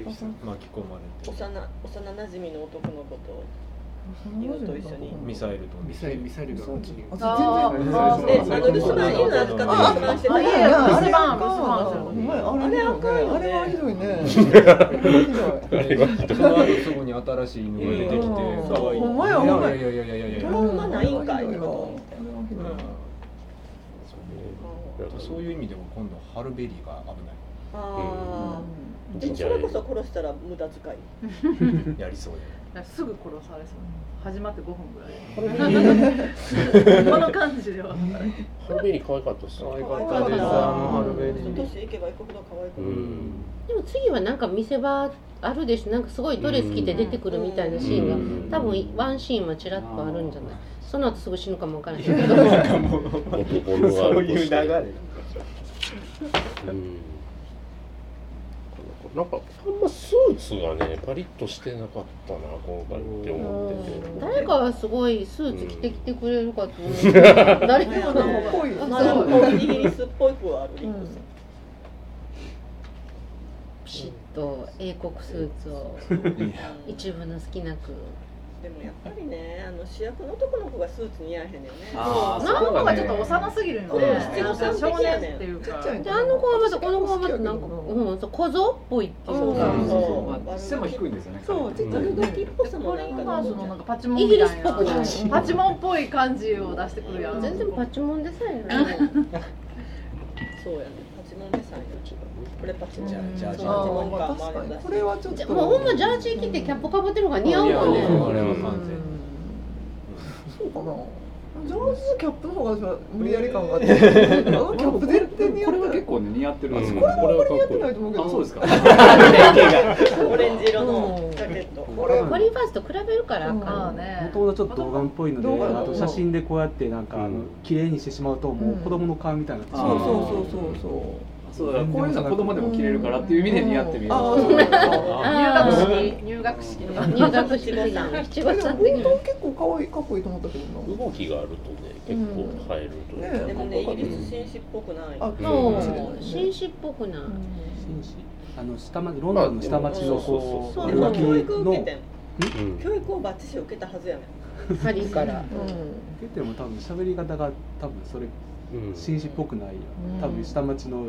Speaker 6: 発
Speaker 4: の
Speaker 6: 巻き込まれて
Speaker 4: 幼幼馴染の男の子と
Speaker 3: 犬
Speaker 4: 犬
Speaker 3: と
Speaker 4: と
Speaker 3: 一
Speaker 4: 一
Speaker 3: 緒
Speaker 4: 緒
Speaker 3: に
Speaker 4: に
Speaker 6: ミサイルと
Speaker 7: ミサイルミサイルが落ちる
Speaker 3: あ全然
Speaker 7: あー
Speaker 4: で、あの留守番犬の預かって留守番してた
Speaker 9: あいやい
Speaker 4: やん
Speaker 9: や
Speaker 3: あ
Speaker 9: 留守
Speaker 3: れあ
Speaker 9: 番
Speaker 3: かん
Speaker 9: 留
Speaker 3: お前あ
Speaker 4: あ
Speaker 3: れ
Speaker 4: れ
Speaker 3: あ
Speaker 4: あ
Speaker 3: か
Speaker 4: か
Speaker 3: ん
Speaker 4: ん
Speaker 3: よ
Speaker 4: よ
Speaker 3: ねあれ
Speaker 4: ね
Speaker 3: はひどいねあれはひどい
Speaker 6: その後すぐに新しい犬が出てきて可愛いいやいやいやいやいやいや
Speaker 4: トラウマないんかい
Speaker 3: あ
Speaker 4: と
Speaker 3: れ
Speaker 4: か思
Speaker 3: は
Speaker 4: って
Speaker 3: ひどいわ
Speaker 6: そういう意味でも今度ハルベリーが危
Speaker 4: ああでそれこそ殺したら無駄遣い
Speaker 6: ないやりそうや
Speaker 9: すぐ殺されそう始まって5分ぐらいこの感じでは
Speaker 1: ハルベリー可愛かったっすね。
Speaker 6: 可
Speaker 4: 愛かったですあの
Speaker 1: ハル
Speaker 6: ベリ
Speaker 4: 年いけばいくほど可愛く
Speaker 1: う
Speaker 4: なる
Speaker 1: ん。
Speaker 8: でも次はなんか見せ場あるでしょなんかすごいドレス着て出てくるみたいなシーンが多分ワンシーンはちらっとあるんじゃないその後すぐ死ぬかもわからないけど
Speaker 1: 男のがあるとしてうんなんかあんまスーツがねパリッとしてなかったな今回って思ってて
Speaker 8: 誰かはすごいスーツ着てきてくれるかと思うけど誰かの方が
Speaker 3: ぽいよ
Speaker 8: なるほ
Speaker 4: イギリスっぽい子はあるリンクス
Speaker 8: ピシッと英国スーツを一部の好きなく
Speaker 4: でもやっぱりねあの主役の男の子がスーツ似合えへんねんね
Speaker 5: あー
Speaker 9: なんかちょっと幼すぎるよね少年っていうか
Speaker 3: ちっちゃい
Speaker 8: であの子はまたこの子はまたなんか、うん、そう小僧っぽいってい
Speaker 4: そうう
Speaker 8: か、
Speaker 4: そう
Speaker 5: まあ背も低いんですよね
Speaker 3: そうちょっと
Speaker 4: 悪ガキっぽさも
Speaker 9: コ
Speaker 4: な
Speaker 9: リン
Speaker 4: んか
Speaker 9: ファースのなんかパチモン
Speaker 8: イ
Speaker 9: み
Speaker 8: ギ
Speaker 9: た
Speaker 8: リ
Speaker 9: い
Speaker 8: スっぽくない
Speaker 9: なパチモンっぽい感じを出してくるやん
Speaker 8: 全然パチモンでさえない
Speaker 4: そうやねパチモンデサインやこれパチモン
Speaker 6: じゃあじゃあ
Speaker 4: そ
Speaker 6: じ
Speaker 4: う
Speaker 6: ゃあ
Speaker 4: パチモン
Speaker 3: ま
Speaker 4: か
Speaker 3: あ確かにこれはちょっ
Speaker 8: じゃ
Speaker 3: と
Speaker 8: もうほんまジャージ着てキャップかぶってる方が似合うもん
Speaker 6: あれは
Speaker 8: ね
Speaker 6: 完全
Speaker 3: そうかなジャージのキャップの方が私は無理やり感があ ってあのキャップ絶対似合
Speaker 5: こ
Speaker 3: っ
Speaker 5: れは
Speaker 3: てない
Speaker 5: 結構ね似合ってるんですよ
Speaker 1: これ
Speaker 5: あ
Speaker 1: はか
Speaker 3: 似合
Speaker 1: っ
Speaker 3: っ
Speaker 1: こ
Speaker 3: てない
Speaker 1: い
Speaker 3: と思うけど
Speaker 5: そうですか
Speaker 4: オレンジ色のジャケット
Speaker 3: これ
Speaker 8: コリンファースと比べるからあ
Speaker 9: まあ
Speaker 8: かん
Speaker 9: ね
Speaker 10: 元々ちょっと童顔っぽいの
Speaker 3: 童顔
Speaker 10: で、あと写真でこうやってなんかあ
Speaker 1: う
Speaker 10: の
Speaker 1: ん
Speaker 10: 綺麗にしてしまうともう子供の顔みたいになってしまう。
Speaker 3: そうそうそうそうそう
Speaker 5: そうだからこういうのは子供でも着れるからっていう意味で似合ってみる。
Speaker 3: あーそうなんだ
Speaker 8: あ
Speaker 9: 学式入学式とか
Speaker 8: 入学式の七五三
Speaker 3: 運動結構可愛いかっこいいと思ったけどな
Speaker 1: 動きがあるとね結構入るというか、
Speaker 3: う
Speaker 4: で
Speaker 3: んね
Speaker 4: もねイギリス紳士っぽくない。
Speaker 3: あ
Speaker 8: そう紳士っぽくない
Speaker 10: あの下町ロンドンの下町のこ
Speaker 4: そうう
Speaker 10: う
Speaker 4: でも
Speaker 10: 浮
Speaker 4: 教育を受け
Speaker 10: 気
Speaker 4: て
Speaker 10: の
Speaker 4: ん
Speaker 1: うん
Speaker 4: 教育をバッチシ受けたはずやねん。
Speaker 8: ハリーから
Speaker 3: う
Speaker 10: 出ても多分喋り方が多分それ
Speaker 1: うん
Speaker 10: 紳士っぽくない
Speaker 2: ん
Speaker 10: 多分下町の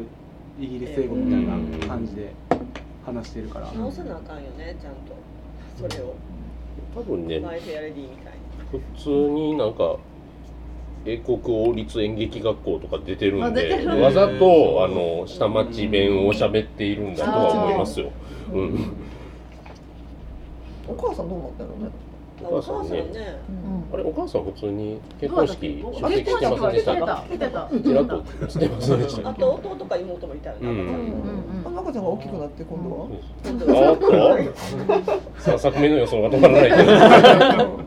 Speaker 10: イギリス英語みたいな感じで話してるから
Speaker 4: 直さなあかんよねちゃんとそれを
Speaker 1: 多分ね
Speaker 4: マイフェアレディみたいに。
Speaker 1: 普通になんか英国王立演劇学校とか出てるん
Speaker 9: あ出
Speaker 1: で
Speaker 9: てる
Speaker 1: わざとあの下町弁を喋っているんだとは思いますよ。うん、
Speaker 3: ん、お母さんどうなったのね
Speaker 4: お母さんね。
Speaker 1: あれお母さん普通に結
Speaker 9: どうやっ
Speaker 1: 婚
Speaker 9: たっけ結
Speaker 1: 式出
Speaker 9: 婚
Speaker 1: 席して
Speaker 9: 式
Speaker 1: ません
Speaker 9: は
Speaker 1: で
Speaker 9: 来
Speaker 1: してた
Speaker 9: た来てた
Speaker 1: ちらっとしてませんでし
Speaker 4: あ
Speaker 1: た。
Speaker 4: と弟か妹もいたよね。
Speaker 1: うん
Speaker 3: あ中ちゃんが大きくなって今度は、
Speaker 4: 赤ちゃん
Speaker 1: あっとさあ作目の予想が止まらないけど。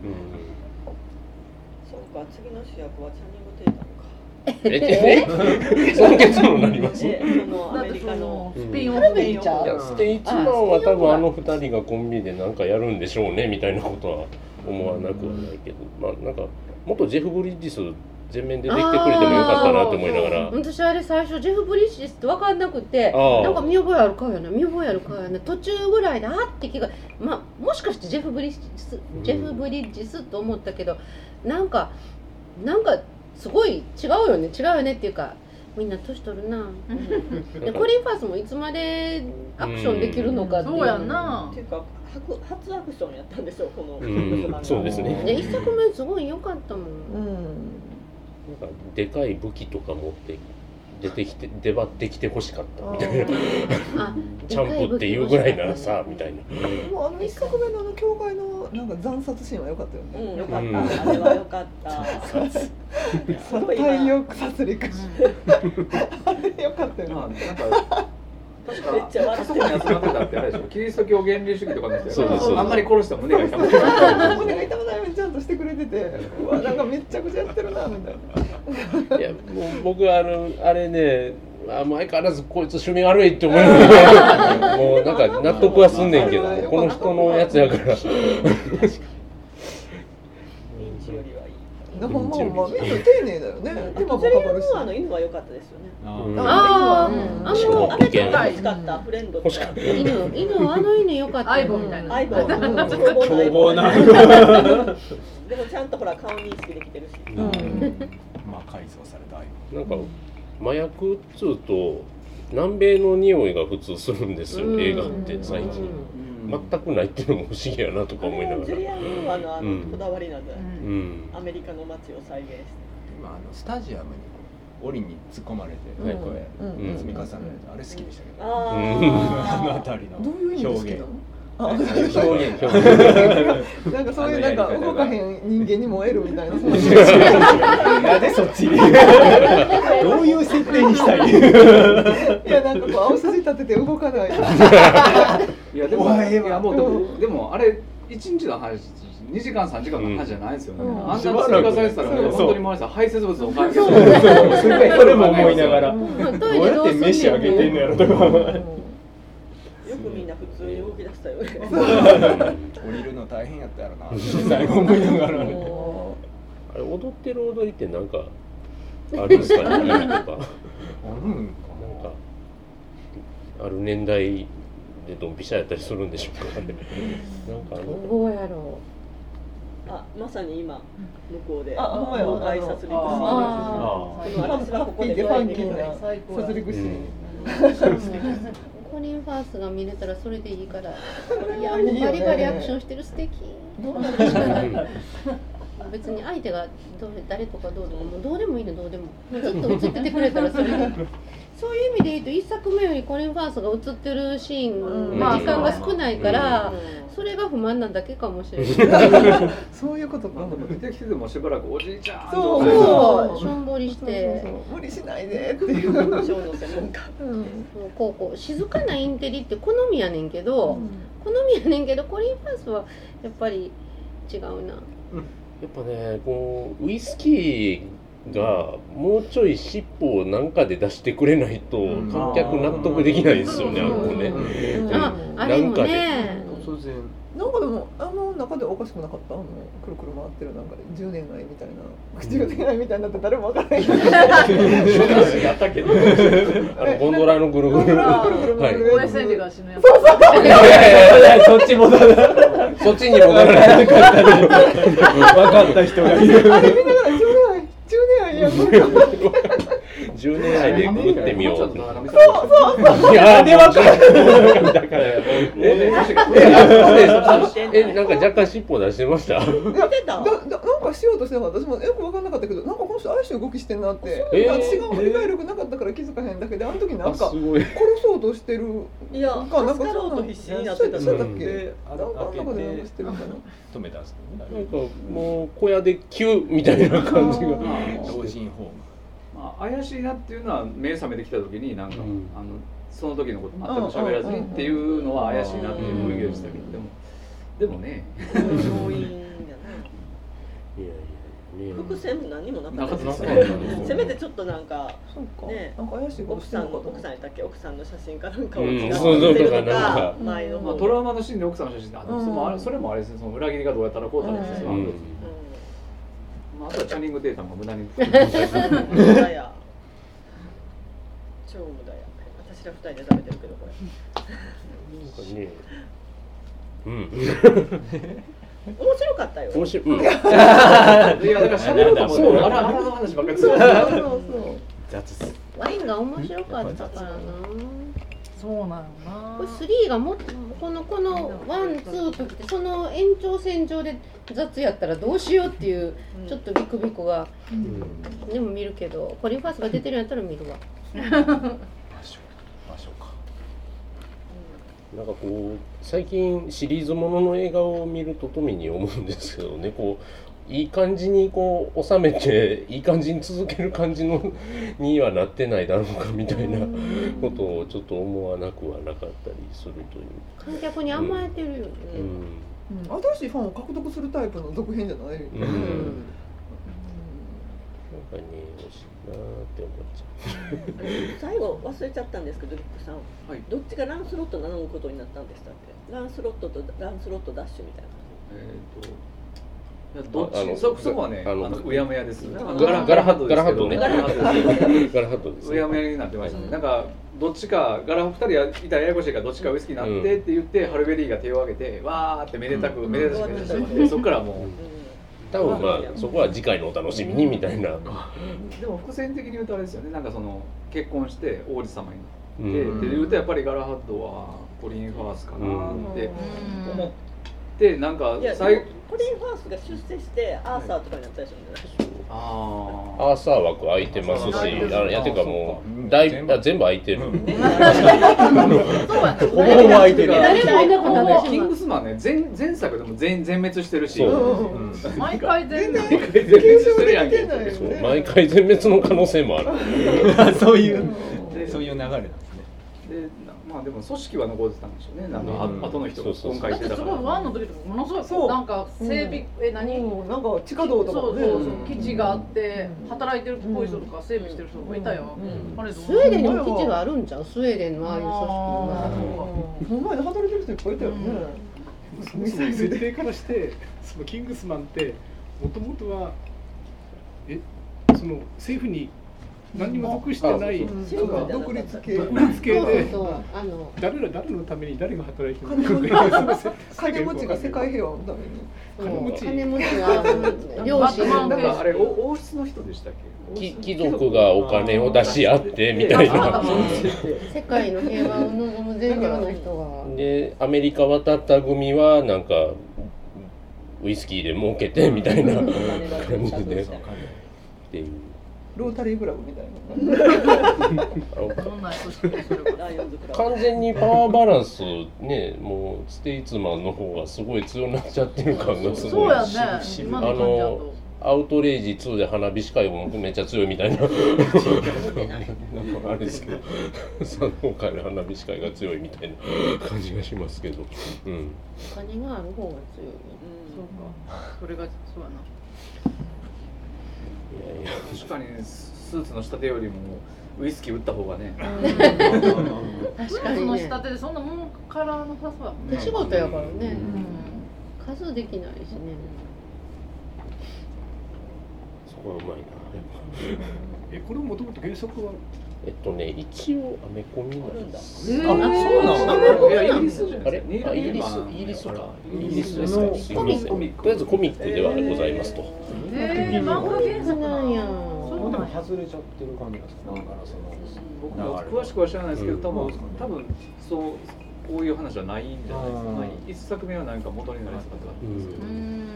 Speaker 4: そうか次の主役はチャニング・テイタム
Speaker 1: う
Speaker 4: か。
Speaker 1: んえええその結論になります。
Speaker 4: でその
Speaker 9: だ
Speaker 4: ア
Speaker 9: っ
Speaker 4: メ
Speaker 9: て
Speaker 4: リ
Speaker 9: そ
Speaker 4: カ
Speaker 9: の
Speaker 4: の
Speaker 9: スピンオフでいいんちゃ
Speaker 1: いやステイ1番は多分あの2人がコンビでなんかやるんでしょうねみたいなことは思わなくはないけど、まあなんか元ジェフ・ブリッジス全面で出てくれてもよかったなと思いながら
Speaker 8: 私あれ最初ジェフ・ブリッジスって分かんなくて
Speaker 1: ああ
Speaker 8: なんか見覚えあるかよな見覚えあるかよな途中ぐらいであって気が、まあ、もしかしてジェフ・ブリッジス
Speaker 1: うん
Speaker 8: ジェフ・ブリッジスと思ったけどなんかなんかすごい違うよね違うよねっていうかみんな年取るなでコリン・ファースもいつまでアクションできるのかっていう
Speaker 9: そうやんな
Speaker 4: っていうか初初アクションやったんでしょうこの。
Speaker 1: うんそうですね
Speaker 8: いや一作目すごい良かったもん、
Speaker 3: うん
Speaker 1: なんかでかい武器とか持って出てきて出張ってきてほしかったみたいな
Speaker 8: あ
Speaker 1: チャンプっていうぐらいならさみたいな
Speaker 3: でもあの一作目のあの教会のなんか惨殺シーンは良かったよ
Speaker 4: う
Speaker 3: ね、
Speaker 4: んよかっ
Speaker 1: うん
Speaker 4: た。あれはよかった。
Speaker 3: さ太陽殺戮シーンあれ良か ったよね
Speaker 5: まあなんか確
Speaker 4: めっちゃ
Speaker 5: か
Speaker 4: 笑ってる
Speaker 5: あそこに集まってたってあれでしょキリスト教原理主義とかの人や
Speaker 1: そう
Speaker 5: か
Speaker 1: ですそうです
Speaker 5: らあんまり殺しても胸が痛 む
Speaker 3: 胸が痛くないようにちゃんとしてくれててうわなんかめっちゃくちゃやってるなみたいない
Speaker 1: やもう僕あのあれねあもう相変わらずこいつ趣味悪いって思いながらもうなんか納得はすんねんけどこの人のやつやから。
Speaker 4: 民主よりはいい。
Speaker 3: でもまあまあみんな丁寧だよね手間も
Speaker 4: ゼ
Speaker 3: か
Speaker 4: リ
Speaker 3: かるし
Speaker 4: ーのあの犬は良かったですよね。
Speaker 1: うん
Speaker 8: あ
Speaker 3: うん
Speaker 8: ああ
Speaker 1: しか
Speaker 8: の
Speaker 1: も
Speaker 4: あ
Speaker 1: 意見
Speaker 4: かった、フレンドとか。
Speaker 8: 犬犬あの犬良かった
Speaker 9: アイボみたいな
Speaker 4: 相棒。
Speaker 10: 凶暴な
Speaker 4: でもちゃんとほら顔認識できてるし。
Speaker 6: まあ改造された愛
Speaker 1: なんか麻薬っつうと南米の匂いが普通するんです
Speaker 8: う
Speaker 1: よ
Speaker 8: ん
Speaker 1: 映画って最近全くないっていうのも不思議やなとか思いなが
Speaker 4: ジュ
Speaker 1: ら
Speaker 4: リアン・ムーアのあ
Speaker 1: う
Speaker 4: の
Speaker 1: ん
Speaker 4: こだわりなんじゃな
Speaker 9: う
Speaker 4: い
Speaker 1: うんん
Speaker 4: アメリカの街を再現して。
Speaker 6: 今あのスタジアムにこう檻に突っ込まれて、
Speaker 1: はい
Speaker 6: これ、
Speaker 3: うん
Speaker 1: うん
Speaker 6: 積み重ねられてあれ好きでしたけど、あの
Speaker 4: ああ。
Speaker 6: 辺りの
Speaker 3: どういう意味で好き
Speaker 6: 表
Speaker 3: な
Speaker 6: 現
Speaker 3: の
Speaker 6: 表現
Speaker 3: なんかそういうなんか動かへん人間に燃えるみたいなそう いう
Speaker 6: なんでそっ ちにどういう設定にしたい
Speaker 3: いやなんかこう青筋立てて動かない。
Speaker 5: いやでも
Speaker 6: お前はい
Speaker 5: やもうでもでもあれ一日の話二時間三時間の話じゃないですよね、
Speaker 3: うん
Speaker 5: あんな積み重ねてたら
Speaker 6: そう
Speaker 5: 本当に毎朝排泄物を感じる
Speaker 6: それも思いながらど
Speaker 8: うんトイ
Speaker 6: う
Speaker 8: レ
Speaker 6: や
Speaker 8: ど
Speaker 6: っ
Speaker 8: う
Speaker 6: て
Speaker 8: すんねん
Speaker 6: 飯あげてんのやろとか
Speaker 4: よくみんな普通に動き出したよね。
Speaker 6: 降りるの大変やったや ろなって最後思いながら
Speaker 3: も
Speaker 1: あれ踊ってる踊りってなんかあるんですかねなんか
Speaker 6: うん
Speaker 1: なんかある年代でドンピシャやったりするんでしょうかねなんかあの
Speaker 8: どうやろ
Speaker 4: あ、まさに今、向こうで。
Speaker 3: あほんまや
Speaker 4: 挨拶に行くし。
Speaker 8: う
Speaker 4: あ
Speaker 8: あ
Speaker 4: 私はここで
Speaker 9: 最高
Speaker 3: 殺戮シーン。
Speaker 8: あコリンファースが見れたらそれでいいから いやもうバリバリアクションしてる素敵別に相手がどう誰とかどうとかもうどうでもいいのどうでももうずっと映っててくれたらそれでいい そういう意味で言うと一作目よりコリンファースが映ってるシーン、まあ、時間が少ないから、それが不満なだけかもしれない
Speaker 3: そういうこと
Speaker 5: な
Speaker 3: か
Speaker 5: んか。出てきててもしばらくおじいちゃん
Speaker 3: そ
Speaker 5: と
Speaker 3: う
Speaker 5: か言って
Speaker 8: そうしょんぼりして
Speaker 3: そうそうそう無理しないでっていう。
Speaker 4: ショーの専門家。
Speaker 3: うん
Speaker 8: もうこうこう静かなインテリって好みやねんけど、好みやねんけどコリン・ファースはやっぱり違うな
Speaker 1: やっぱねこうウイスキーがもうちょい尻尾をなんかで出してくれないと観客納得できないですよね、あの子ね。
Speaker 8: ああれもね
Speaker 10: 突然
Speaker 3: なんかでもあの中でおかしくなかったあのくるくる回ってるなんか10年来みたいな10年来みたいになって誰もわからない
Speaker 5: やったけど。
Speaker 1: あのゴンドラのぐるぐる。はい。
Speaker 9: 応援戦理が死ぬやつ
Speaker 1: いやいやいやいやそっち戻らそっちに戻らない。
Speaker 6: 分かった人がいる
Speaker 3: あれ見ながら10年来10年来やんなんか
Speaker 1: 10年愛で食ってみよ
Speaker 5: そう
Speaker 1: う。
Speaker 5: そうそう。
Speaker 1: いやでわかる。だからえ
Speaker 4: え
Speaker 1: なんか若干尻尾出してました。
Speaker 4: 見てた
Speaker 3: だだなんかしようとしてなかった私もよく分かんなかったけどなんかこの人ある種動きしてんなって、
Speaker 1: そうなんだ
Speaker 3: 私が振り返力なかったから気づかへんだけであの時な
Speaker 1: あ
Speaker 3: ん
Speaker 1: す
Speaker 3: か
Speaker 1: ごい。
Speaker 3: 殺そうとしてる
Speaker 4: いや
Speaker 3: なん
Speaker 4: 助
Speaker 3: かなんか
Speaker 4: かろうと必死になってた
Speaker 3: そ
Speaker 4: の
Speaker 3: うだっ
Speaker 1: うん
Speaker 3: け
Speaker 10: で
Speaker 3: なんかあんなことなん
Speaker 10: 開
Speaker 3: か
Speaker 10: け
Speaker 3: しててるんかな
Speaker 6: 止めたんですけど
Speaker 1: なん
Speaker 6: ね
Speaker 1: かもう小屋で急みたいな感じが。
Speaker 6: 老人ホーム
Speaker 5: まあ、怪しいなっていうのは目覚めてきた時になんか、
Speaker 1: うん
Speaker 5: あのその時のこと全く喋らずにっていうのは怪しいなっていう雰囲気でしたけどでもでもね
Speaker 4: 要因や
Speaker 1: いやいや
Speaker 4: な伏線も何もなかったです
Speaker 5: なかったです
Speaker 4: ね
Speaker 5: ね
Speaker 4: せめてちょっとなんか
Speaker 3: そうか、
Speaker 4: ね
Speaker 3: なんか怪しいこと
Speaker 4: 奥
Speaker 3: して
Speaker 4: さ
Speaker 3: るの
Speaker 4: ん
Speaker 3: か
Speaker 4: の
Speaker 3: と
Speaker 4: 奥
Speaker 3: 思
Speaker 4: さ
Speaker 3: った
Speaker 4: んやったっけ奥さんの写真かなんかを
Speaker 1: うん
Speaker 4: 違
Speaker 1: そう
Speaker 4: う
Speaker 1: そう
Speaker 4: と
Speaker 1: とか
Speaker 4: か
Speaker 1: なんか
Speaker 4: 前の
Speaker 5: まあ、
Speaker 4: 方
Speaker 5: トラウマのシーンで奥さんの写真であでもそのあれそれもあれですねその裏切りがどうやったらこうたらですね、
Speaker 1: うん
Speaker 5: まあ、あとはチャニングデータも無駄に
Speaker 4: うん無駄や超無駄や私ら二人で食べてるけどこれ
Speaker 1: ね。うん。
Speaker 4: 面白かったよ
Speaker 1: 面白い。うん
Speaker 5: いやだから喋ろうと思ってあらあらの話ばっかりする
Speaker 3: そうそうそう
Speaker 8: ワインが面白かったからな
Speaker 9: そうなの
Speaker 8: こ
Speaker 9: な
Speaker 8: れ3がもっとこのこの12ときてその延長線上で雑やったらどうしようっていう
Speaker 4: うん
Speaker 8: ちょっとビクビクがでも見るけどコリンファースが出てるんやったら見るわ
Speaker 6: 場所場所か
Speaker 1: なんかこう最近シリーズものの映画を見るととみに思うんですけどねこういい感じにこう収めていい感じに続ける感じのにはなってないだろうかみたいなことをちょっと思わなくはなかったりするという
Speaker 8: 観客に甘えてるよね、
Speaker 1: うん。
Speaker 3: うん、新しいファンを獲得するタイプの続編じゃない、
Speaker 1: うん
Speaker 3: う
Speaker 1: なんんかね惜しいなーって思っちゃ
Speaker 4: 最後忘れちゃったんですけどリックさん、
Speaker 5: い
Speaker 4: どっちがランスロット名乗ることになったんでしたっけランスロットとランスロットダッシュみたいな
Speaker 5: えーとどっ
Speaker 1: ああの
Speaker 5: ちそそこはね
Speaker 1: あ
Speaker 5: あ
Speaker 1: の
Speaker 5: のうやむやですあの
Speaker 1: ガラガラハット
Speaker 5: ですけど
Speaker 1: ガ
Speaker 4: ラハットね
Speaker 5: ガラハットです
Speaker 1: う。ガラハットです
Speaker 5: う
Speaker 1: ね。
Speaker 5: やむやになってましたね、
Speaker 4: うん
Speaker 5: なんかどっちかガラフ2人やいたらややこしいからどっちかウイスキーになってって言って、ハルベリーが手を挙げてわーってめでたく、めでたしめでたくってそっからも
Speaker 1: 多分まあそこは次回のお楽しみにみたいな。
Speaker 5: うでも伏線的に言うとあれですよねなんかその結婚して王子様になって、
Speaker 1: うん
Speaker 5: って言うとやっぱりガラハッドはコリン・ファースかなって
Speaker 9: うん
Speaker 5: 思ってなんか
Speaker 4: いや
Speaker 5: 最後
Speaker 4: コリン・ファースが出世してアーサーとかになったでしょうね
Speaker 5: あー
Speaker 1: アーサー枠空いてますし、あのいやてかもうだい全
Speaker 6: 全部
Speaker 1: 部全部空いてる。
Speaker 9: そうやね
Speaker 10: ほぼほぼ空いてる
Speaker 8: 誰もいなくなって
Speaker 5: キ
Speaker 8: しま
Speaker 5: ン
Speaker 8: う
Speaker 5: グスマンね前前作でも全全滅してるし
Speaker 1: そう
Speaker 3: うん
Speaker 9: 毎回全然
Speaker 5: 全滅してるやんけ
Speaker 3: 全然
Speaker 1: そう毎回全滅の可能性もある。
Speaker 6: そういう
Speaker 5: で
Speaker 6: そういう流れなんですね
Speaker 5: でなまあでも組織は残ってたんでしょうねなんかあ
Speaker 6: うん
Speaker 5: 後の人が
Speaker 1: そうそうそう
Speaker 5: 今回
Speaker 9: だ
Speaker 5: し
Speaker 9: ってて
Speaker 5: た
Speaker 9: す
Speaker 5: か
Speaker 9: ごい
Speaker 5: ら
Speaker 9: ワンの時とかものす
Speaker 3: そ
Speaker 9: ご
Speaker 3: う
Speaker 9: いなんか整備え何
Speaker 3: うんなんか地下道とか
Speaker 9: そ
Speaker 3: も
Speaker 9: う
Speaker 3: ね
Speaker 9: そうそううん基地があって働いてるっぽい人とか整備してる人とかいたよ
Speaker 3: うん
Speaker 9: あれ
Speaker 8: スウェーデンにも基地があるんちゃうスウェーデンのああいう組
Speaker 9: あ
Speaker 8: 織の
Speaker 9: ー
Speaker 3: この前で働いてる人いっぱいいたよね、
Speaker 7: そもそも設定からしてそのキングスマンってもともとはえその政府に何にも属してない
Speaker 1: あ
Speaker 3: うん
Speaker 4: そう
Speaker 3: なんか独立系
Speaker 7: 独立系
Speaker 8: そうそう
Speaker 7: で
Speaker 8: そうあの
Speaker 7: 誰ら誰のために誰が働いてる
Speaker 3: 金持ち
Speaker 7: のかその
Speaker 3: 金持ちが世界平和のために
Speaker 8: そう
Speaker 7: 金持ち
Speaker 8: 金持ちは両親
Speaker 9: バットマ
Speaker 5: な
Speaker 9: ン
Speaker 5: ん
Speaker 9: 系
Speaker 5: かあれお王室の人でしたっけ
Speaker 1: き貴族がお金を出し合ってみたいな。
Speaker 8: 世界の平和を望む善良な人が。
Speaker 1: でアメリカ渡った組はなんかウイスキーで儲けてみたいな感じでっ
Speaker 6: わかる
Speaker 1: ていう。
Speaker 3: ロータリークラブみたいな
Speaker 1: あの
Speaker 9: どんな組織それこ
Speaker 4: ライオンズクラブ
Speaker 1: 完全にパワーバランスねもうステイツマンの方がすごい強くなっちゃってる感がす
Speaker 9: そ
Speaker 1: ご
Speaker 9: そう
Speaker 1: い
Speaker 9: やね
Speaker 6: 渋
Speaker 9: 今
Speaker 6: 々
Speaker 9: の感じだと
Speaker 1: アウトレイジ2で花火司会もめっちゃ強いみたいななんかあれですけど3の回の花火司会が強いみたいな感じがしますけど、うん、
Speaker 8: お金がある方が強い
Speaker 4: うん
Speaker 8: よね。
Speaker 9: そうかそれがそうやな
Speaker 5: 確かにスーツの仕立てよりもウイスキー打った方がね
Speaker 8: 確
Speaker 9: ス
Speaker 8: か
Speaker 9: ーツ
Speaker 8: に
Speaker 9: の仕
Speaker 8: ね
Speaker 9: 立てでそんなもんからなさそうやもん
Speaker 8: 手
Speaker 9: ね
Speaker 8: 仕事やからね
Speaker 9: うん
Speaker 8: 数できないしね
Speaker 1: そこはうまいな
Speaker 7: えこれもともと原作は
Speaker 1: えっとね一応アメコミなんです
Speaker 9: あそ
Speaker 1: あ
Speaker 9: うなんだ
Speaker 1: の
Speaker 5: いやイギリスじゃない
Speaker 1: あ
Speaker 5: で
Speaker 1: れ
Speaker 5: すかニ
Speaker 1: あ
Speaker 5: ール
Speaker 1: イギリス
Speaker 5: ニールマン
Speaker 1: イギリスか
Speaker 5: あら
Speaker 1: イギリスですかすいませんとりあえずコミックではございますと、
Speaker 9: えー、漫画原作
Speaker 8: な
Speaker 9: なん
Speaker 8: んや
Speaker 9: そうなんや
Speaker 6: 外れちゃってる感じなんですかなんかその
Speaker 5: 僕も詳しくは知らないですけど多
Speaker 6: うん
Speaker 5: 分多分そうこういう話はないんじゃないですか
Speaker 6: うん
Speaker 5: まあ一作目はなんか元になりそうだとか
Speaker 1: う、
Speaker 9: うんん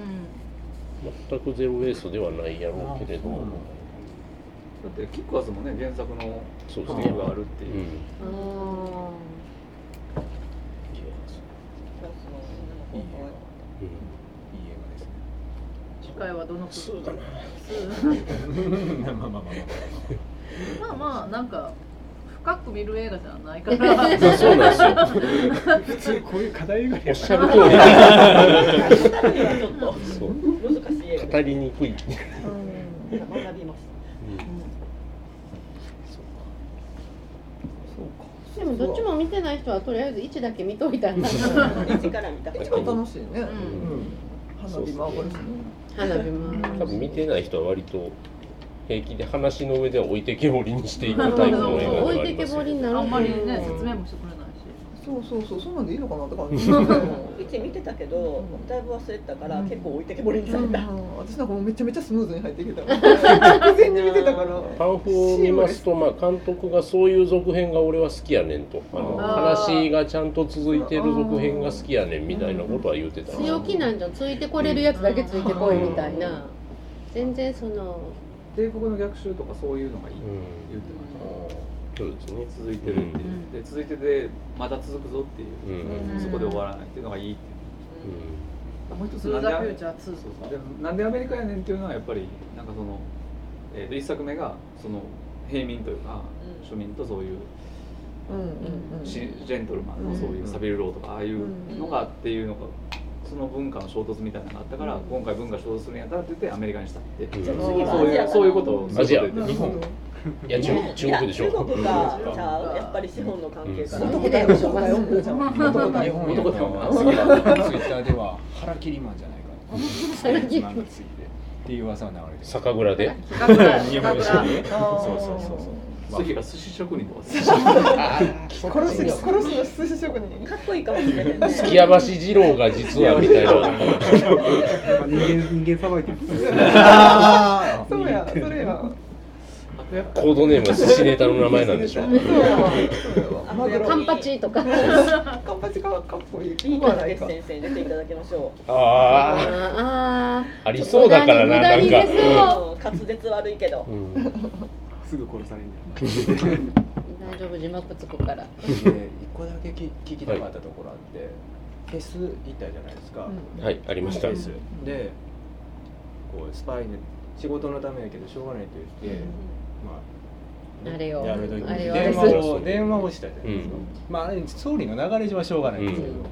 Speaker 1: 全くゼロウェイストではないやろうけれど
Speaker 5: だってキックアスもね原作の
Speaker 1: そうです
Speaker 5: ス
Speaker 1: ね
Speaker 5: テーブがあるって
Speaker 1: う
Speaker 5: いうん
Speaker 8: あ
Speaker 6: いい映画ですね
Speaker 9: 次回はどの
Speaker 1: そ
Speaker 9: 国
Speaker 1: うだな
Speaker 6: まあまあまあまあ
Speaker 9: まあまあなんか深く見る映画じゃないから
Speaker 1: そうなんですよ
Speaker 7: 普通こういう課題映
Speaker 1: お
Speaker 7: 画や
Speaker 1: っ
Speaker 7: か
Speaker 1: しゃる通り
Speaker 4: ちょっと
Speaker 1: そう
Speaker 4: 難しい映画
Speaker 1: 語りにくい、
Speaker 4: 学びます
Speaker 8: でもどっちも見てない人はとりあえず1だけ見といたら
Speaker 4: 一から見た
Speaker 3: 一番楽しいね
Speaker 9: う。
Speaker 1: うんん、
Speaker 3: 花火も上がるしね。
Speaker 8: 花火も
Speaker 1: 多分見てない人は割と平気で話の上では置いてけぼりにしていくタイプの映画では
Speaker 8: 置
Speaker 1: あ
Speaker 8: い
Speaker 1: り
Speaker 8: てけ
Speaker 1: ます
Speaker 8: ぼ
Speaker 1: よ
Speaker 8: りになる
Speaker 9: あんまりね
Speaker 8: うん
Speaker 9: 説明もしてくれないし
Speaker 3: そうそうそう、そうなんでいいのかなって感じ。うん
Speaker 4: うち見てたけどだいぶ忘れてたから結構置いてけぼりにされた
Speaker 3: 私なんかもうめちゃめちゃスムーズに入ってきた。直前に見てたから。
Speaker 1: パンフを見ますと、まあ、監督がそういう続編が俺は好きやねんとあの
Speaker 9: あー
Speaker 1: 話がちゃんと続いてる続編が好きやねんみたいなことは言ってたな
Speaker 8: 強気なんじゃんついてこれるやつだけついてこいみたいな全然その
Speaker 5: 帝国の逆襲とかそういうのがいいっ
Speaker 1: うん
Speaker 5: て言ってました
Speaker 1: そうですね
Speaker 5: 続いてるっていううで続いててまだ続くぞっていう、
Speaker 1: うん
Speaker 5: そこで終わらないっていうのがいいって
Speaker 9: もう一つ「
Speaker 5: なん
Speaker 9: ザ・
Speaker 5: で
Speaker 9: フューチャー2」
Speaker 5: そうそうでなんでアメリカやねんっていうのはやっぱりなんかその、えー、と一作目がその平民というか、庶民とそういう
Speaker 3: うんうんうん。
Speaker 5: シジェントルマンのそういうサビルローとかああいうのがっていうのがその文化の衝突みたいなのがあったから、今回文化衝突するんやったらって言ってアメリカにしたって、
Speaker 1: うん
Speaker 4: じゃあ
Speaker 5: そう
Speaker 4: 次はアジ
Speaker 5: い
Speaker 4: ア
Speaker 5: う
Speaker 4: か
Speaker 5: そういうことを
Speaker 1: アジア
Speaker 5: そういうこと
Speaker 3: な
Speaker 5: で
Speaker 3: るほど
Speaker 1: いや中中国でしょ
Speaker 4: いや中国がちゃうやっぱり資本の関係から
Speaker 3: 男だよ、紹介音 楽じゃん。男だ
Speaker 6: 日
Speaker 3: よ。
Speaker 6: 本
Speaker 5: 男だよ
Speaker 6: ツイッターでは腹切りマンじゃないか
Speaker 8: 腹切り
Speaker 6: マンがついてっていう噂が流れてる
Speaker 1: 酒蔵で
Speaker 9: 企画だ
Speaker 6: 日
Speaker 9: 企
Speaker 6: 本
Speaker 9: 画
Speaker 6: でし
Speaker 9: だ
Speaker 6: たね
Speaker 3: あー
Speaker 6: そうそうそうそう
Speaker 5: 次が寿司職人とか
Speaker 3: 殺す、殺すの寿司職人。
Speaker 4: かっこいいかもしれないね
Speaker 1: 月山橋二郎が実はみたいな
Speaker 7: ら人間人間さばいてる。
Speaker 6: あー
Speaker 3: そうや、それや。
Speaker 5: あとやっぱ
Speaker 1: コードネームは寿司ネタの名前なんでしょう
Speaker 3: そうやわ。そうやわ。マグロ
Speaker 8: カ。ンパチとか
Speaker 3: カンパチか、かっこいい。
Speaker 4: いい
Speaker 3: ここ
Speaker 4: か
Speaker 3: は
Speaker 4: ら
Speaker 3: ないか。
Speaker 4: 先生に出ていただきましょう
Speaker 1: あ
Speaker 8: あ
Speaker 1: あありそうだからな
Speaker 8: 無
Speaker 1: な
Speaker 8: 駄
Speaker 1: ん
Speaker 8: に
Speaker 1: か
Speaker 8: 無駄にですよ
Speaker 4: うん滑舌悪いけど
Speaker 1: うんうん
Speaker 7: すぐ殺されるんだよ。
Speaker 8: ー大丈夫字幕つくから
Speaker 6: で一個だけ聞き聞きたかったところあって、フェス行ったじゃないですか、
Speaker 1: はいありまし
Speaker 6: フ
Speaker 1: た
Speaker 6: ェスでこうスパイの仕事のためやけどしょうがないと言って、まあ
Speaker 8: あれよ
Speaker 6: やめといて
Speaker 8: あれよ
Speaker 6: 電話を電話をしたじゃないですか、
Speaker 1: うん
Speaker 6: まああれ総理の流れ上はしょうがないんですけど、
Speaker 1: うん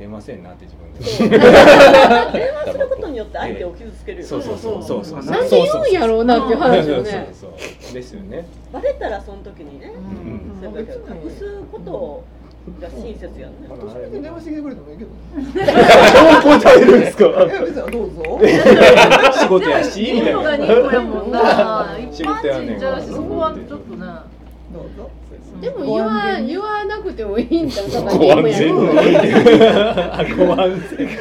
Speaker 6: 出ませんなって自分で
Speaker 4: 電話することによって相手を傷つけるよね
Speaker 6: そうそうそうそうそう
Speaker 8: なんで言うんやろうなっていう話よね
Speaker 6: そうそうそうですよね
Speaker 4: バレたらその時にね
Speaker 9: うん
Speaker 4: そうやけど隠すことが親切やね
Speaker 3: 私別に電話してきてくれてもいいけどね。
Speaker 6: 答えるんですか
Speaker 3: いや、別にどうぞ。
Speaker 6: 仕事やし
Speaker 9: い
Speaker 6: み
Speaker 9: い
Speaker 6: たい
Speaker 9: のが
Speaker 6: な
Speaker 9: 2個やもんな一
Speaker 6: 仕事や
Speaker 9: 般
Speaker 6: ね
Speaker 9: 人
Speaker 6: ん
Speaker 9: じゃうしそこはちょっとね
Speaker 3: どうぞ。
Speaker 8: でも言わ言わなくてもいいんだとか
Speaker 1: ご安全
Speaker 8: う
Speaker 1: に
Speaker 6: ご安全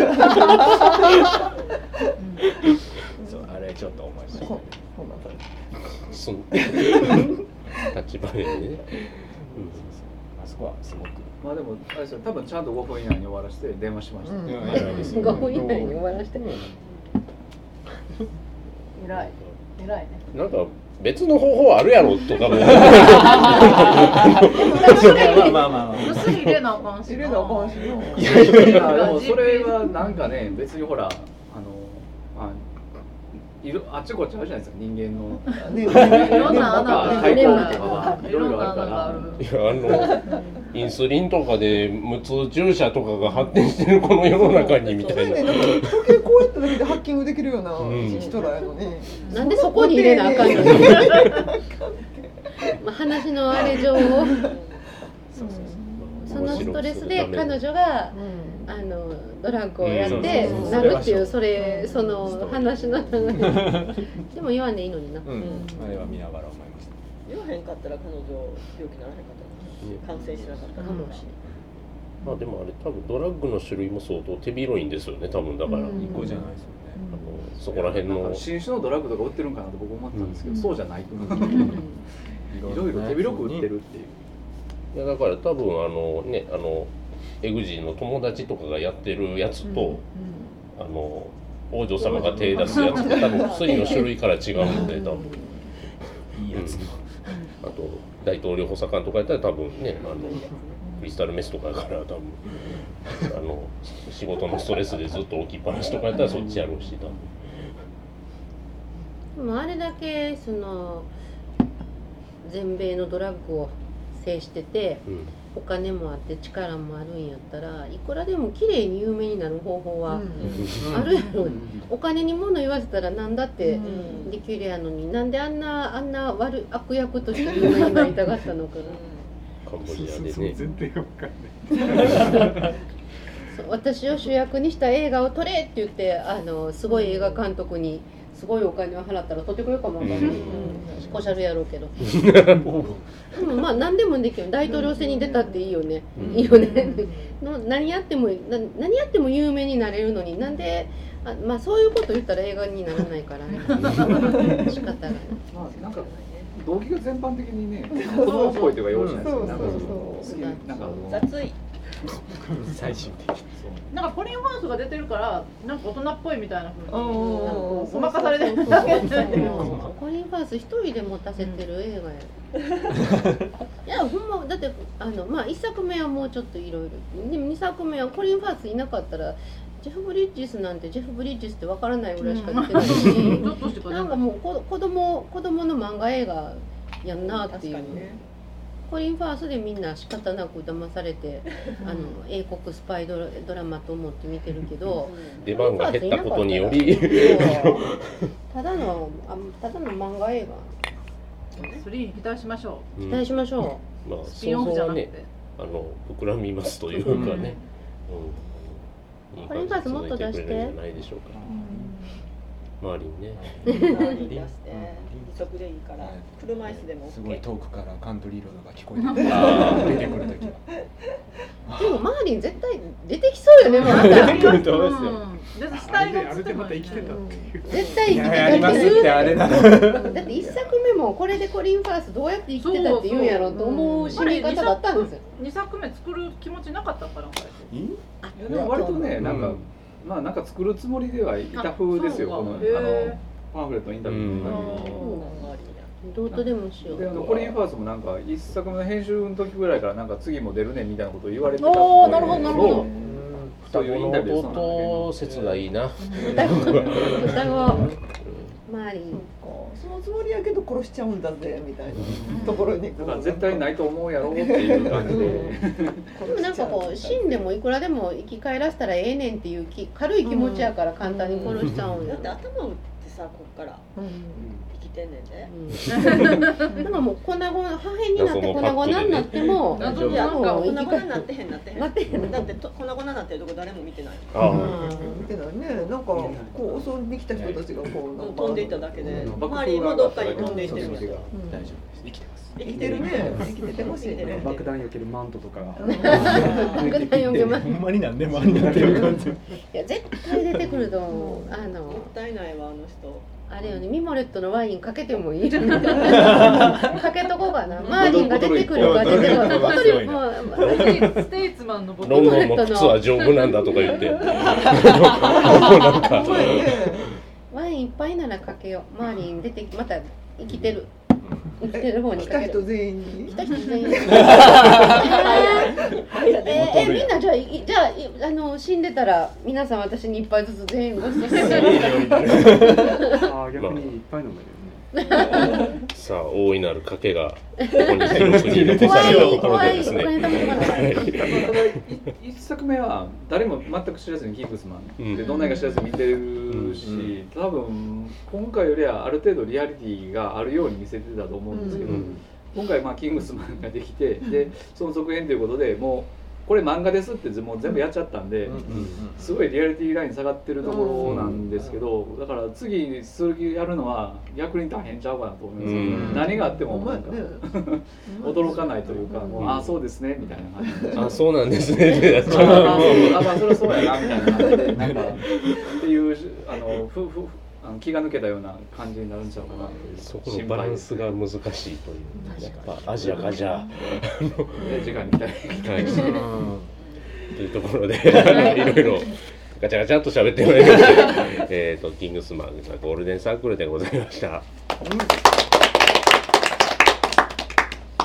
Speaker 6: そうあれちょっと思いましたね
Speaker 3: ここんな感じ
Speaker 1: その 立場でね、
Speaker 6: あそこはすごく
Speaker 5: まあでもあれですよ多分ちゃんと5分以内に終わらせて電話しました、
Speaker 3: うん
Speaker 6: 偉いですよ
Speaker 8: 5分以内に終わらせて
Speaker 9: 偉い偉いね
Speaker 1: うんなんか別の方法あるやろとか も
Speaker 6: まあまあまあまあ
Speaker 9: 薬入れなあかんし
Speaker 3: 入れなあかんしよ。
Speaker 5: いやでもそれはなんかね別にほらあのまあいろあっちこっちあるじゃないですか人間の
Speaker 3: ね、
Speaker 9: いろんな穴がある
Speaker 5: 開
Speaker 8: ね
Speaker 5: 口
Speaker 9: よ
Speaker 5: と
Speaker 9: ね
Speaker 5: かはい
Speaker 9: い
Speaker 5: ろ
Speaker 9: ろ
Speaker 5: い
Speaker 9: ん
Speaker 5: ろ
Speaker 9: な
Speaker 5: ある
Speaker 9: 穴があ
Speaker 5: か
Speaker 1: い
Speaker 9: る
Speaker 1: やあのインスリンとかで無痛注射とかが発展してるこの世の中にみた
Speaker 3: それ
Speaker 1: い
Speaker 3: ね、
Speaker 1: な
Speaker 3: なんか時計こうやっただけでハッキングできるような人らやのに、
Speaker 8: なんでそこに入れなあか んのまあ話のあれ上をそのストレスで彼女があのドラッグをやって
Speaker 6: うん
Speaker 8: なるっていう
Speaker 6: そ
Speaker 8: それその話の流れでも言わんでいいのにな
Speaker 6: うん、あれは見ながら思いました
Speaker 4: 言わへんかったら彼女病気ならへんかったら感染しなかったかもし
Speaker 1: まあでもあれ多分ドラッグの種類も相当手広いんですよね多分だから、
Speaker 2: うん
Speaker 6: 一個じゃないです
Speaker 1: あのそ
Speaker 6: よね
Speaker 1: こら辺
Speaker 5: なん
Speaker 1: の
Speaker 5: か新種のドラッグとか売ってるんかなと僕思ったんですけど、
Speaker 2: うん
Speaker 5: そうじゃないと思う、いろいろ手広く売ってるっていう
Speaker 1: いやだから多分あのねあのエグジーの友達とかがやってるやつと、あの王女様が手出すやつと多分薬の種類から違うので多分
Speaker 6: いいやつ
Speaker 1: うんあと大統領補佐官とかやったら多分ねあのクリスタルメスとかやから多分あの仕事のストレスでずっと置きっぱなしとかやったらそっちやろうし多分
Speaker 8: でもあれだけその全米のドラッグを制してて
Speaker 1: うん
Speaker 8: お金もあって力もあるんやったらいくらでも綺麗に有名になる方法はあるやろ、お金に物言わせたら何だってできるやのになんであんなあんな悪い悪役として有名になりたがったのかな
Speaker 1: カンボ
Speaker 7: そう
Speaker 1: ジア
Speaker 7: そう
Speaker 1: で
Speaker 7: そう
Speaker 1: ね
Speaker 7: 全然わかんない
Speaker 8: そう私を主役にした映画を撮れって言ってあのすごい映画監督にすごいお金を払ったら撮ってくれるかもわかんない、
Speaker 1: うん
Speaker 8: うんおしゃれやろうけどでも まあ何でもできる大統領選に出たっていいよね、
Speaker 1: うん
Speaker 8: いいよねの 何やってもな何やっても有名になれるのになんであまあそういうこと言ったら映画にならないか らね仕方がない
Speaker 5: まあなんか動機が全般的にね子供っぽいというか容姿なんですよ、
Speaker 3: そ
Speaker 8: そ
Speaker 3: う
Speaker 8: う
Speaker 5: なんかなんかあ
Speaker 4: れ
Speaker 5: の
Speaker 4: ない雑い
Speaker 6: 最終的
Speaker 9: なんかコリン・ファースが出てるからなんか大人っぽいみたいな風に
Speaker 3: うんうんうん
Speaker 9: ごまかされ てるだけで
Speaker 8: もうコリン・ファース一人で持たせてる映画や、いやほんまだってあのまあ1作目はもうちょっといろいろでも2作目はコリン・ファースいなかったらジェフ・ブリッジスなんてジェフ・ブリッジスってわからないぐらいしか出てないし、
Speaker 9: ど どうしてか
Speaker 8: なんかもうこ子供子供の漫画映画やんなって
Speaker 4: 確
Speaker 8: い
Speaker 4: か
Speaker 8: う、
Speaker 4: にね
Speaker 8: コリン・ファースでみんな仕方なく騙されてあの英国スパイドラドラマと思って見てるけど、
Speaker 1: 出番が減ったことにより
Speaker 8: ただのあただの漫画映画
Speaker 9: スリーに期待しましょ
Speaker 1: うん
Speaker 8: 期
Speaker 1: ま
Speaker 8: 待しましょ
Speaker 1: あ
Speaker 9: うスピンオ
Speaker 1: 想
Speaker 9: フじ
Speaker 1: 像
Speaker 9: ゃなく
Speaker 1: は
Speaker 9: て、
Speaker 1: ねあの膨らみますというかね、うん
Speaker 8: これに関してもっと出して
Speaker 1: いい感じで続いくれるんじゃないでしょうか周りにね
Speaker 4: 周りに出して義足でいいから車椅子でも
Speaker 6: すごい
Speaker 4: OK
Speaker 6: 遠くからカントリーロードが聞こえて出てくる時は
Speaker 8: うでもマーリン絶対出てきそうよねもうあんた
Speaker 6: 出てくると思いますよ
Speaker 9: うん、で死
Speaker 7: あ
Speaker 9: 体
Speaker 7: れで
Speaker 9: が
Speaker 7: あ
Speaker 9: 映
Speaker 7: れ
Speaker 9: って
Speaker 7: で
Speaker 9: も
Speaker 7: また生きてたっていう
Speaker 8: 絶対生きてた
Speaker 6: やり
Speaker 8: っ
Speaker 6: ます
Speaker 8: て
Speaker 6: っ
Speaker 8: 言う
Speaker 6: てあれだ
Speaker 8: だって一作目もこれでコリン・ファースどうやって生きてたって言うんやろうと
Speaker 9: こ
Speaker 8: 思う締
Speaker 9: れ
Speaker 8: め
Speaker 9: 2
Speaker 8: 方だったんで
Speaker 9: 作
Speaker 8: すよ
Speaker 9: 二作目作る気持ちなかったんから
Speaker 5: いやでも割とねなんか、
Speaker 1: うん
Speaker 5: まあなんか作るつもりではいた風ですよ
Speaker 9: あ
Speaker 5: このあ
Speaker 9: そうかへ
Speaker 5: の
Speaker 9: え
Speaker 5: パンフレットのインタビューの中に。
Speaker 8: どうとでもしよ
Speaker 5: であ
Speaker 8: う
Speaker 5: のコリン・ファースもなんか一作目の編集の時ぐらいからなんか次も出るねみたいなことを言われてたっぽい
Speaker 9: おーなるほどなるほど
Speaker 5: そ
Speaker 1: 双
Speaker 5: ういうイン
Speaker 1: 子
Speaker 5: タビュ
Speaker 1: の
Speaker 5: ーそうなんだけ
Speaker 1: 弟
Speaker 5: ど
Speaker 1: 説がいいな、
Speaker 8: 双子双子マーリン
Speaker 3: そのつもりやけど殺しちゃうんだぜみたいなところに
Speaker 5: だから絶対ないと思うやろうっていう感じで
Speaker 8: でもなんかこう死んでもいくらでも生き返らせたらええねんっていうき軽い気持ちやから簡単に殺しちゃうん
Speaker 4: だ
Speaker 8: や
Speaker 4: って頭打ってさこっから生きてんねんで
Speaker 8: うん、なんかもう粉々破片になって粉々になっても
Speaker 1: 謎
Speaker 4: いやなんか粉
Speaker 8: もう
Speaker 4: 々
Speaker 8: 生き返
Speaker 4: になってへんなってへん
Speaker 8: なってへん
Speaker 4: だってと粉々になってるとこ誰も見てない
Speaker 1: ああ
Speaker 3: 見てないねなんかこう襲んできた人たちがこうなんか
Speaker 4: 飛んでいっただけで
Speaker 5: 爆
Speaker 4: 周
Speaker 5: 風
Speaker 4: り
Speaker 5: が
Speaker 4: も
Speaker 5: あ
Speaker 4: ど
Speaker 5: た
Speaker 4: っかに飛んでいってるんや
Speaker 5: だけど
Speaker 3: う
Speaker 10: 大
Speaker 3: ん
Speaker 10: 丈夫です生きてます
Speaker 4: 生
Speaker 3: 生きてるね生きててほしい
Speaker 4: 生きて
Speaker 3: ね
Speaker 4: る
Speaker 10: 爆弾避けるマントとかが
Speaker 8: 爆 弾避けます
Speaker 6: ほんまになんでもありになってる感じ
Speaker 8: いや絶対出てくると思うあ
Speaker 4: も
Speaker 8: の
Speaker 4: ったいないわあの人
Speaker 8: あれよねミモレットのワインかけてもいいかけとこうかなマーリンが出てくるか出てくるかボトルもう
Speaker 9: ステイツマンのボト
Speaker 1: ロン
Speaker 9: ル
Speaker 1: ドンの靴は丈夫なんだとか言ってなんか
Speaker 3: ほんまやね
Speaker 8: ワインいっぱいならかけようマーリン出てきまた生きてる生きてる方に
Speaker 3: 来
Speaker 8: か
Speaker 3: た
Speaker 8: け
Speaker 3: 人
Speaker 8: る
Speaker 3: 全員に
Speaker 8: 来た人全員えーえーみんなじゃあいじゃあいあの死んでたら皆さん私に一杯ずつ全員ご馳走してくれる
Speaker 10: あー逆にいっぱい飲めるよね
Speaker 1: さあ大いなる賭けがここに記録に残されたところでですね
Speaker 8: 怖い怖いお金貯めとかな
Speaker 5: ただい一作目は誰も全く知らずにキングスマンでどんな映画知らずに見てるし多分今回よりはある程度リアリティがあるように見せてたと思うんですけど今回まあキングスマンができてでその続編ということでもうこれ漫画ですってもう全部やっちゃったんですごいリアリティライン下がってるところなんですけどだから次次やるのは逆に大変ちゃうかなと思いま
Speaker 1: う
Speaker 5: す、
Speaker 1: ん
Speaker 5: 何があって
Speaker 3: ほ
Speaker 5: も
Speaker 3: んま
Speaker 5: な
Speaker 3: や
Speaker 5: んか
Speaker 3: ね
Speaker 5: 驚かないというか、もうああそうですねみたいな感じ
Speaker 1: あそうなんですねってやっち
Speaker 5: あ
Speaker 1: ゃう
Speaker 5: あまあそれはそうやなみたいな感じでなんかっていうあのふふあの気が抜けたような感じになるんちゃうかな
Speaker 1: そこのバランスが難しいというやっぱアジアかじゃあ
Speaker 5: で時間に期待
Speaker 1: はいというところでいろいろガチャガチャっと喋ってまいりましたえっとキングスマンザゴールデンサークルでございました。